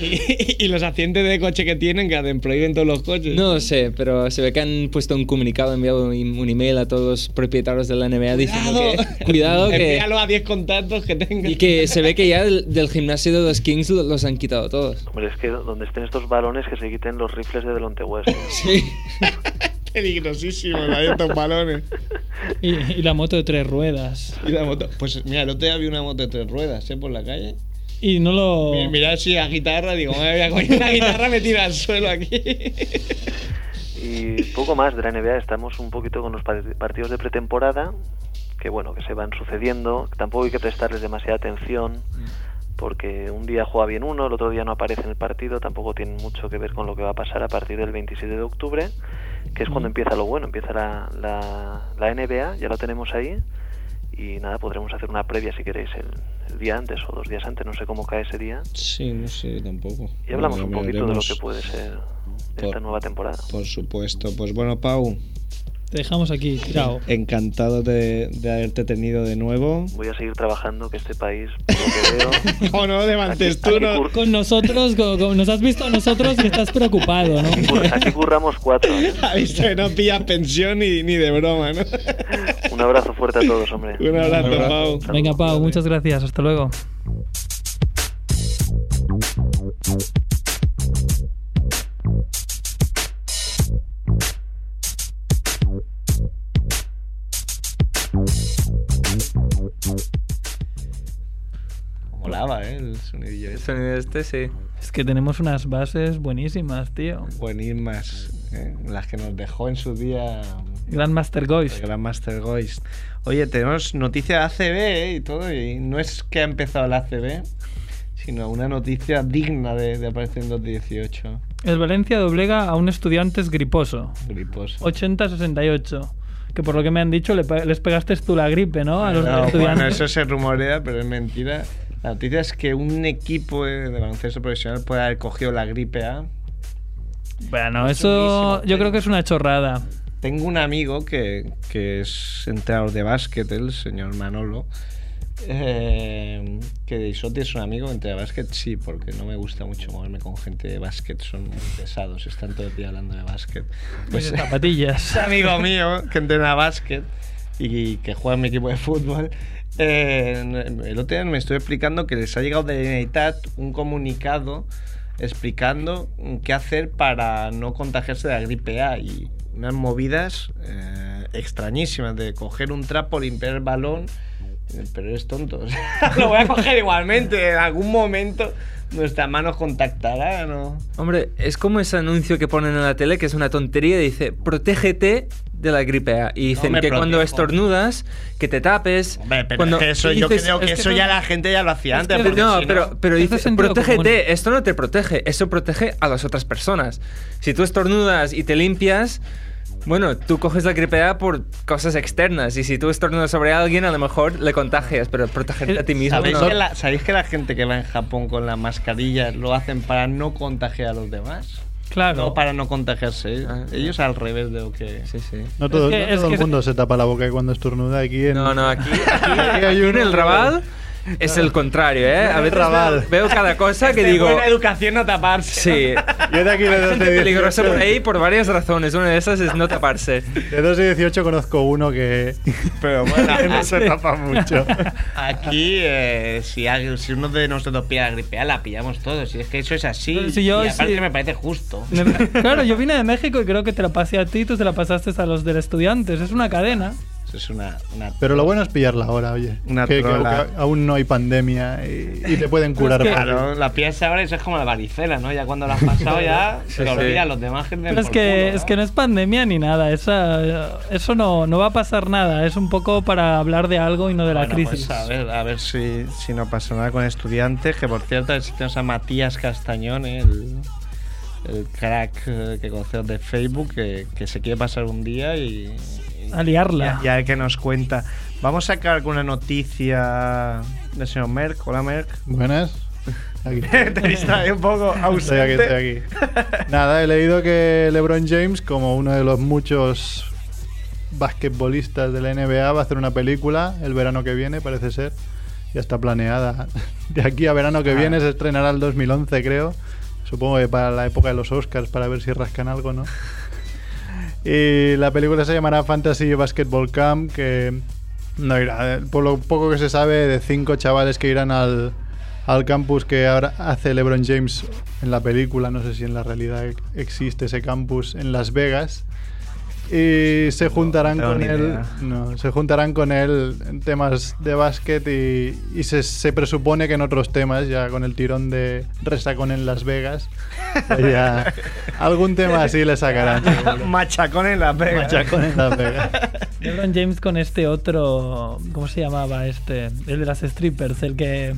[SPEAKER 17] Y, y los accidentes de coche que tienen, que hacen prohíben todos los coches.
[SPEAKER 7] No sé, pero se ve que han puesto un comunicado, enviado un im- un email a todos los propietarios de la NBA diciendo que cuidado que
[SPEAKER 17] Envíalo a 10 contactos que tengas.
[SPEAKER 7] y que se ve que ya del, del gimnasio de los Kings lo- los han quitado todos.
[SPEAKER 15] Hombre, es que donde estén estos balones que se quiten los rifles de Delonte West.
[SPEAKER 7] sí.
[SPEAKER 6] Peligrosísimo, hay estos balones.
[SPEAKER 8] Y, y la moto de tres ruedas.
[SPEAKER 6] Y la moto. Pues mira, el otro día vi una moto de tres ruedas, ¿eh? Por la calle.
[SPEAKER 8] Y no lo.
[SPEAKER 6] Mira, mira si la guitarra, digo, me voy a coger una guitarra, me tira al suelo aquí.
[SPEAKER 15] Y poco más de la NBA, estamos un poquito con los par- partidos de pretemporada, que bueno, que se van sucediendo, tampoco hay que prestarles demasiada atención, porque un día juega bien uno, el otro día no aparece en el partido, tampoco tiene mucho que ver con lo que va a pasar a partir del 27 de octubre, que es cuando empieza lo bueno, empieza la, la, la NBA, ya lo tenemos ahí, y nada, podremos hacer una previa si queréis el, el día antes o dos días antes, no sé cómo cae ese día,
[SPEAKER 12] Sí, no sé tampoco.
[SPEAKER 15] y hablamos
[SPEAKER 12] Ya
[SPEAKER 15] un poquito de lo
[SPEAKER 12] miraremos.
[SPEAKER 15] que puede ser esta nueva temporada.
[SPEAKER 12] Por supuesto. Pues bueno, Pau,
[SPEAKER 8] Te dejamos aquí, tirado.
[SPEAKER 12] encantado de, de haberte tenido de nuevo.
[SPEAKER 15] Voy a seguir trabajando, que este país, por lo que veo...
[SPEAKER 6] O no levantes tú, no.
[SPEAKER 8] Con nosotros, con- con- nos has visto a nosotros y estás preocupado, ¿no?
[SPEAKER 15] Aquí curramos cuatro.
[SPEAKER 6] Ha visto que no pillas pensión ni, ni de broma, ¿no?
[SPEAKER 15] Un abrazo fuerte a todos, hombre.
[SPEAKER 6] Un abrazo, Pau.
[SPEAKER 8] Venga, Pau, muchas gracias. Hasta luego.
[SPEAKER 6] Molaba, ¿eh? El sonidillo.
[SPEAKER 7] El
[SPEAKER 6] ese.
[SPEAKER 7] sonido este sí.
[SPEAKER 8] Es que tenemos unas bases buenísimas, tío.
[SPEAKER 6] Buenísimas, ¿eh? las que nos dejó en su día
[SPEAKER 8] Grandmaster Goist.
[SPEAKER 6] Grandmaster Goist. Oye, tenemos noticia de ACB ¿eh? y todo, y no es que ha empezado la ACB, sino una noticia digna de, de aparecer en 2018.
[SPEAKER 8] El Valencia doblega a un estudiante griposo.
[SPEAKER 6] Griposo.
[SPEAKER 8] 80-68. Que por lo que me han dicho, le pe- les pegaste tú la gripe, ¿no? A Ah, los
[SPEAKER 6] No, bueno,
[SPEAKER 8] estudiantes.
[SPEAKER 6] eso se rumorea, pero es mentira. La noticia es que un equipo eh, de baloncesto profesional puede haber cogido la gripe A.
[SPEAKER 8] Bueno, eso yo creo que es una chorrada.
[SPEAKER 6] Tengo un amigo que, que es entrenador de básquet, el señor Manolo. eh, que de Isotti es un amigo entre básquet, sí, porque no me gusta mucho moverme con gente de básquet, son muy pesados, están todo el día hablando de básquet. Pues
[SPEAKER 8] Y de zapatillas.
[SPEAKER 6] es amigo mío que entrena básquet y que juega en mi equipo de fútbol. eh, el otro día me estoy explicando que les ha llegado de la Unidad un comunicado explicando qué hacer para no contagiarse de la gripe A y unas movidas eh, extrañísimas de coger un trapo, limpiar el balón, eh, pero eres tonto. o sea, Lo voy a coger igualmente, en algún momento nuestras manos contactarán o...
[SPEAKER 7] Hombre, es como ese anuncio que ponen en la tele que es una tontería y dice, protégete de la gripe A. Y dicen
[SPEAKER 6] me
[SPEAKER 7] que cuando
[SPEAKER 6] protejo.
[SPEAKER 7] estornudas, que te tapes. Hombre,
[SPEAKER 6] Pero es que eso, yo creo que eso ya la gente ya lo hacía antes. porque
[SPEAKER 7] no,
[SPEAKER 6] si
[SPEAKER 7] pero, pero
[SPEAKER 6] Hace
[SPEAKER 7] dices,
[SPEAKER 6] sentido
[SPEAKER 7] protégete,
[SPEAKER 6] común.
[SPEAKER 7] esto no te protege, eso protege a las otras personas. Si tú estornudas y te limpias, bueno, tú coges la gripe A por cosas externas y si tú estornudas sobre alguien, a lo mejor le contagias, pero protegerte a ti mismo.
[SPEAKER 6] ¿Sabéis,
[SPEAKER 7] no.
[SPEAKER 6] que la, sabéis que la gente que va en Japón con las mascarillas lo hacen para no contagiar a los demás?
[SPEAKER 8] Claro.
[SPEAKER 6] No para no contagiarse. Ellos al revés de lo que.
[SPEAKER 7] Sí, sí.
[SPEAKER 10] No todo, no todo el mundo se tapa la boca cuando estornuda aquí en...
[SPEAKER 7] No, no, aquí, aquí, en el Raval es el contrario, ¿eh? A
[SPEAKER 6] Este
[SPEAKER 10] El
[SPEAKER 7] veces
[SPEAKER 10] Raval.
[SPEAKER 7] veo, veo cada cosa que
[SPEAKER 6] De
[SPEAKER 7] digo...
[SPEAKER 6] buena Este, educación no taparse.
[SPEAKER 7] Sí.
[SPEAKER 10] Yo de aquí le doy
[SPEAKER 7] Gente
[SPEAKER 10] de
[SPEAKER 7] peligrosa
[SPEAKER 10] 18.
[SPEAKER 7] por ahí por varias razones. Una de esas es no taparse.
[SPEAKER 10] De 2 y 18 conozco uno que...
[SPEAKER 6] Pero bueno,
[SPEAKER 10] no se tapa mucho.
[SPEAKER 6] Aquí, eh, si, alguien- si uno de nosotros pilla la gripe, A, la pillamos todos. Y es que eso es así.
[SPEAKER 8] Pero si yo-
[SPEAKER 6] y aparte
[SPEAKER 8] si-
[SPEAKER 6] me parece justo.
[SPEAKER 8] Claro, yo vine de México y creo que te la pasé a ti, tú te la pasaste a los del estudiantes. Es una cadena.
[SPEAKER 6] Eso es una. una
[SPEAKER 10] Pero lo bueno es pillarla ahora, oye.
[SPEAKER 6] Una
[SPEAKER 10] que, que
[SPEAKER 6] trola.
[SPEAKER 10] au- aún no hay pandemia y, y te pueden curar. por
[SPEAKER 6] Claro, la pillas ahora y eso es como la varicela, ¿no? Ya cuando la has pasado, ya
[SPEAKER 10] Sí,
[SPEAKER 6] se
[SPEAKER 10] sí.
[SPEAKER 6] olvida los demás. den
[SPEAKER 8] Pero es
[SPEAKER 6] por
[SPEAKER 8] que,
[SPEAKER 6] culo, ¿no?
[SPEAKER 8] es que no es pandemia ni nada. Esa, eso no, no va a pasar nada. Es un poco para hablar de algo y no de la
[SPEAKER 6] Bueno,
[SPEAKER 8] crisis.
[SPEAKER 6] pues a ver, a ver si, si no pasa nada con estudiantes, que por cierto tenemos a Matías Castañón, ¿eh? el, el crack eh, que conocemos de Facebook, que, que se quiere pasar un día y... y-
[SPEAKER 8] A liarla.
[SPEAKER 6] Y a ver qué nos cuenta. Vamos a acabar con una noticia del señor Merck. Hola Merck.
[SPEAKER 10] Buenas. Aquí.
[SPEAKER 6] Te distrae un poco
[SPEAKER 10] Estoy aquí,
[SPEAKER 6] ausente.
[SPEAKER 10] estoy aquí. Nada, he leído que LeBron James, como uno de los muchos basquetbolistas de la NBA, va a hacer una película el verano que viene, parece ser. Ya está planeada.
[SPEAKER 14] De aquí a verano que viene se estrenará el 2011, creo. Supongo que para la época de los Oscars, para ver si rascan algo, ¿no? Y la película se llamará Fantasy Basketball Camp, que no irá, eh, por lo poco que se sabe, de cinco chavales que irán al, al campus que ahora hace LeBron James en la película, no sé si en la realidad existe ese campus en Las Vegas. Y se juntarán
[SPEAKER 6] tengo
[SPEAKER 14] con
[SPEAKER 6] ni
[SPEAKER 14] él.
[SPEAKER 6] idea.
[SPEAKER 14] No, se juntarán con él en temas de básquet y, y se, se presupone que en otros temas, ya con el tirón de Resacón en Las Vegas, ya algún tema así le sacarán. seguro.
[SPEAKER 6] Machacón en Las Vegas.
[SPEAKER 14] Machacón en Las Vegas.
[SPEAKER 8] LeBron James con este otro. ¿Cómo se llamaba este? El de las strippers, el que.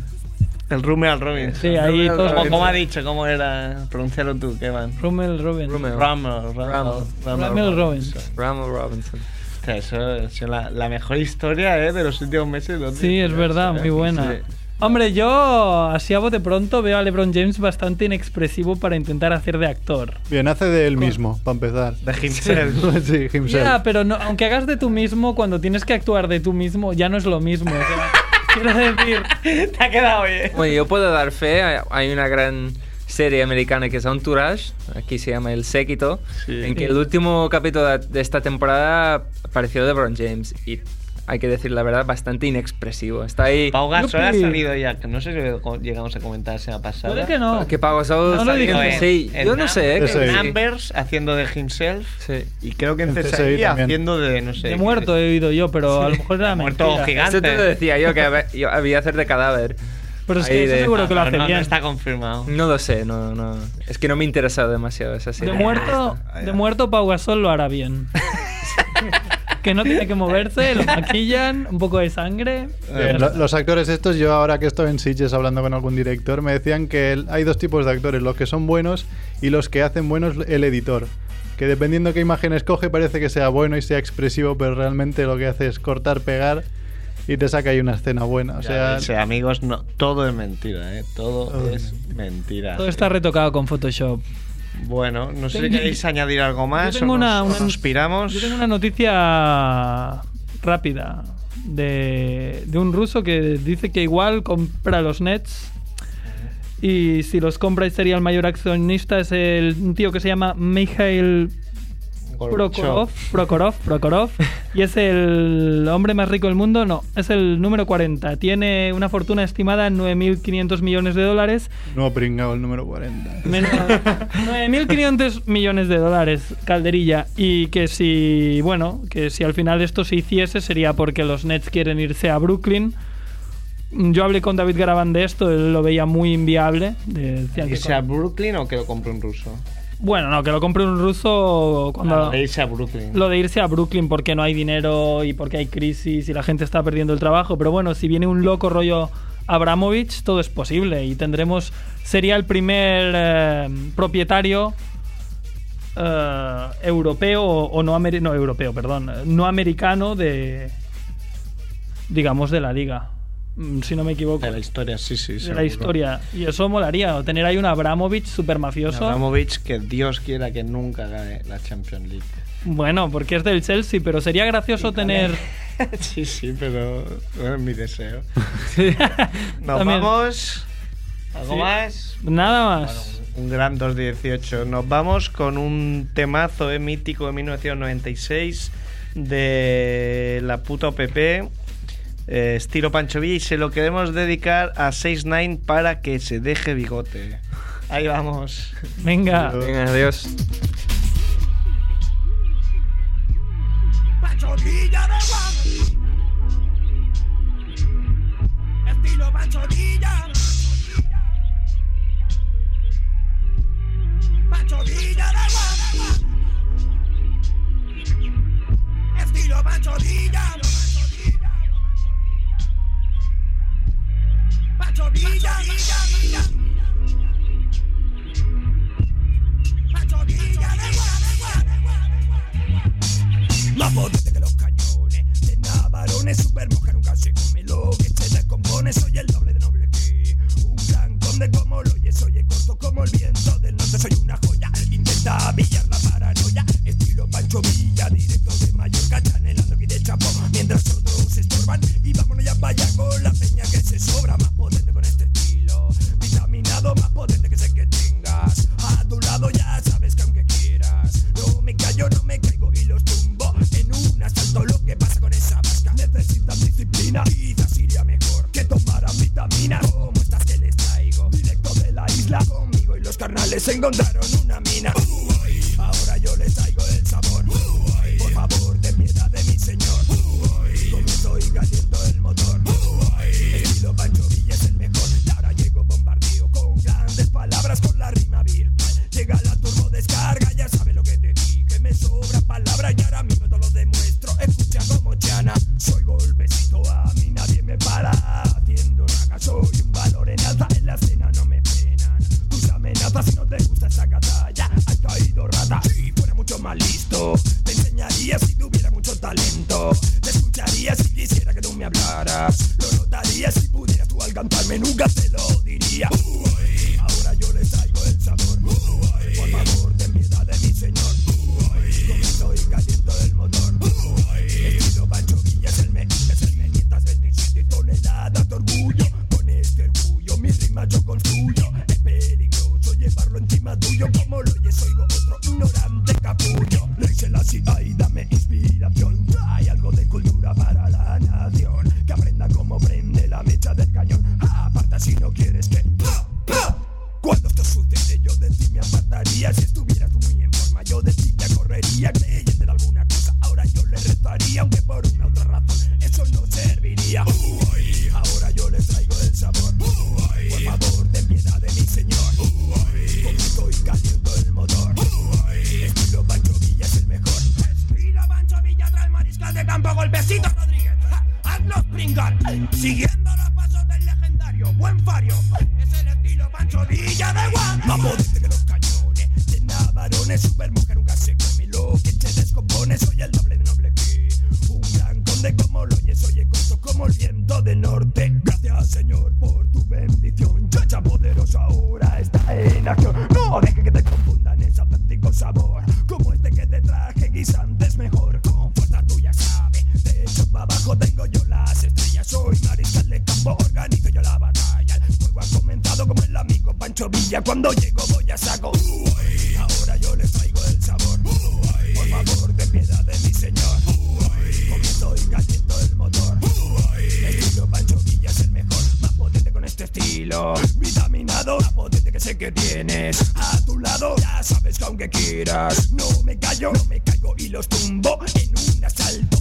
[SPEAKER 6] El Rummel Robbins.
[SPEAKER 8] Sí, ahí
[SPEAKER 6] Rummel
[SPEAKER 8] todos-
[SPEAKER 6] Robbins. ¿Cómo, cómo ha dicho? ¿Cómo era? Pronuncialo tú, Kevin.
[SPEAKER 8] Rummel Robbins.
[SPEAKER 6] Rummel. Rummel.
[SPEAKER 8] Rummel.
[SPEAKER 6] Rummel.
[SPEAKER 8] Rummel Robbins.
[SPEAKER 6] Rummel Robinson. Hostia, Eso es la, la mejor historia ¿eh? de los últimos meses. ¿dónde?
[SPEAKER 8] Sí, es verdad, muy buena.
[SPEAKER 6] Sí.
[SPEAKER 8] Hombre, yo así a bote pronto veo a LeBron James bastante inexpresivo para intentar hacer de actor.
[SPEAKER 14] Bien, hace de él mismo, para empezar. De
[SPEAKER 6] himself.
[SPEAKER 14] Sí, himself.
[SPEAKER 8] Ya, pero no, aunque hagas de tú mismo, cuando tienes que actuar de tú mismo, ya no es lo mismo. o sea, quiero decir.
[SPEAKER 18] Te ha quedado bien.
[SPEAKER 7] Bueno, yo puedo dar fe, hay- hay una gran serie americana que es Entourage, aquí se llama El Séquito, en que el último capítulo de- de esta temporada apareció LeBron James y hay que decir la verdad, bastante inexpresivo. Está ahí...
[SPEAKER 6] Pau Gasol ha
[SPEAKER 7] Yupi.
[SPEAKER 6] salido ya. que No sé si lo llegamos a comentar la semana pasada.
[SPEAKER 7] Puede que no. Ah, Que Pau Gasol
[SPEAKER 6] Ha
[SPEAKER 7] No lo
[SPEAKER 6] salido
[SPEAKER 7] dijimos.
[SPEAKER 6] en-
[SPEAKER 7] Sí,
[SPEAKER 6] en
[SPEAKER 7] yo no sé, eh,
[SPEAKER 6] Num-
[SPEAKER 7] que
[SPEAKER 6] en
[SPEAKER 7] sí.
[SPEAKER 6] Numbers haciendo de himself.
[SPEAKER 7] Sí.
[SPEAKER 6] Y creo que en
[SPEAKER 7] En CSI
[SPEAKER 6] CSI
[SPEAKER 7] también.
[SPEAKER 6] haciendo de, no sé.
[SPEAKER 8] De
[SPEAKER 6] qué-
[SPEAKER 8] muerto he oído yo, pero a lo mejor era
[SPEAKER 6] Muerto
[SPEAKER 8] mentira.
[SPEAKER 6] gigante.
[SPEAKER 7] Eso te lo decía yo, que hab- yo había hacer de cadáver.
[SPEAKER 8] Pero es que
[SPEAKER 7] Ahí
[SPEAKER 8] eso
[SPEAKER 7] de-
[SPEAKER 8] seguro que lo hace
[SPEAKER 7] no, no,
[SPEAKER 8] bien.
[SPEAKER 7] no está-
[SPEAKER 6] confirmado.
[SPEAKER 7] No lo sé, no, no. Es que no me interesa demasiado esa
[SPEAKER 8] De
[SPEAKER 7] serie.
[SPEAKER 8] muerto, de muerto Pau Gasol lo hará bien. que no tiene que moverse, lo maquillan, un poco de sangre.
[SPEAKER 14] Eh, lo- los actores estos, yo ahora que estoy en Sitges hablando con algún director, me decían que el- hay dos tipos de actores, los que son buenos y los que hacen buenos el editor. Que dependiendo qué imagen escoge parece que sea bueno y sea expresivo, pero realmente lo que hace es cortar, pegar y te saca ahí una escena buena. O
[SPEAKER 6] Ya
[SPEAKER 14] sea,
[SPEAKER 6] ves, eh, amigos, no, todo es mentira, ¿eh? Todo es mentira.
[SPEAKER 8] Todo está retocado con Photoshop.
[SPEAKER 6] Bueno, no sé si
[SPEAKER 8] Tengo-
[SPEAKER 6] queréis añadir algo más.
[SPEAKER 8] tengo
[SPEAKER 6] o
[SPEAKER 8] una-
[SPEAKER 6] nos- o
[SPEAKER 8] una-
[SPEAKER 6] nos piramos.
[SPEAKER 8] Yo tengo una noticia rápida de, de un ruso que dice que igual compra los Nets y si los compra y sería el mayor accionista es el un tío que se llama Mikhail Prokhorov, Prokhorov, Prokhorov y es el hombre más rico del mundo, no, es el número 40, tiene una fortuna estimada en 9.500 millones de dólares
[SPEAKER 14] no pringao el número 40.
[SPEAKER 8] Menos 9.500 millones de dólares, Calderilla. Y que si, bueno, que si al final esto se hiciese sería porque los Nets quieren irse a Brooklyn. Yo hablé con David Garaban de esto, él lo veía muy inviable. de- decían que
[SPEAKER 6] ¿Irse a Brookin o que lo compre un ruso?
[SPEAKER 8] con- Bueno, no, que lo compre un ruso cuando...
[SPEAKER 6] Ah, de irse a Brooklyn.
[SPEAKER 8] Lo de irse a Brooklyn porque no hay dinero y porque hay crisis y la gente está perdiendo el trabajo. Pero bueno, si viene un loco rollo Abramovich, todo es posible y tendremos. Sería el primer eh, propietario eh, europeo o, o no, ameri- no europeo, perdón, eh, no americano de. digamos, de la liga. Mm, Si no me equivoco.
[SPEAKER 6] De la historia, sí, sí.
[SPEAKER 8] De la historia. Y eso molaría, o tener ahí un Abramovich super mafioso.
[SPEAKER 6] Abramovich, que Dios quiera que nunca gane la Champions League.
[SPEAKER 8] Bueno, porque es del Chelsea, pero sería gracioso tener.
[SPEAKER 6] sí, sí, pero bueno, es mi deseo. Nos
[SPEAKER 8] También.
[SPEAKER 6] vamos. ¿Algo
[SPEAKER 8] Sí.
[SPEAKER 6] más?
[SPEAKER 8] Nada más.
[SPEAKER 6] Un gran 218. Nos vamos con un temazo eh, mítico de 1996 de la puta OPP, eh, estilo Pancho Villa, y se lo queremos dedicar a 69 para que se deje bigote. Ahí vamos.
[SPEAKER 8] Venga.
[SPEAKER 7] Venga, adiós.
[SPEAKER 19] Pancho Villa de Juan. Estilo Pancho Villa. Pancho Villa de Juan. Estilo Pancho Villa. Pancho Villa. Pancho Villa de Juan. La voz de los cañones. este
[SPEAKER 14] Ustedes encontraron una mina. Uy, ahora yo les traigo el sabor. Uy, por favor, ten piedad de mi señor. Uy, como estoy cayendo el motor. Uy, estilo Pancho Villa es el mejor. Y ahora llego bombardeo con grandes palabras con la rima virtual. Llega la turbo descarga, ya sabe lo que te dije. Me sobra palabra y ahora mismo te lo demuestro. Escucha como Chana, soy golpecito a mí nadie me para. Atiendo raga, soy un valor en alza en la escena, no me frenan. Tus amenazas si no te gusta esa ya Has caído rata, si fuera mucho más listo. Te enseñaría si tuviera mucho talento. Te escucharía si quisiera que tú me hablaras. Lo notaría si pudieras tú alcanzarme, nunca te lo diría. Uy, ahora yo les traigo el sabor. Uy, por favor, ten piedad de mi señor. Uy, como estoy caliento el motor. Uy, estilo Pancho Villa es el me, es el me, 527 toneladas de orgullo. Con este orgullo mi rima yo construyo. Es peligroso llevarlo encima tuyo. Como lo oyes, oigo otro ignorante capullo. Le hice la CIA y dame inspiración. Hay algo de cultura para la nación. Que aprenda cómo prende la mecha del cañón. Ah, Aparta si no quieres que. ¡Pa! ¡Pa! Cuando esto sucede yo de ti me apartaría Si estuvieras tú muy en forma yo de ti te correría Creyendo en alguna cosa ahora yo le restaría Aunque por una otra razón eso no serviría Uy, ahora yo les traigo el sabor Uy, por favor ten piedad de mi señor Uy, como estoy caliendo el motor Uy, estilo Pancho Villa es el mejor Estilo Pancho Villa trae mariscal de campo Golpecito Rodríguez Ja, Haznos pringar Siguiendo los pasos del legendario Buen Fario Es el estilo Pancho Villa de Guadalajara Más potente que los cañones De Navarones Supermujer nunca se come Lo que te descompone Soy el doble de noble que Un gran conde como lo oyes Oye corto como el viento del norte Gracias Señor por tu bendición Chacha poderosa ahora está en acción No dejes que te confundan en auténtico sabor Como este que te traje guisantes mejor Con fuerza tuya sabe De hecho para abajo tengo yo las estrellas Soy mariscal de campo Organizo yo la batalla El juego ha comenzado como el amigo Pancho Villa Cuando llego voy a saco Uy, Ahora yo les traigo el sabor Uy, Por favor ten piedad de mi señor Uy, Como estoy cayendo el motor Uy, Estilo Pancho Villa es el mejor Más potente con este estilo Vitaminado, la potente que sé que tienes A tu lado, ya sabes que aunque quieras No me callo, no me caigo y los tumbo En un asalto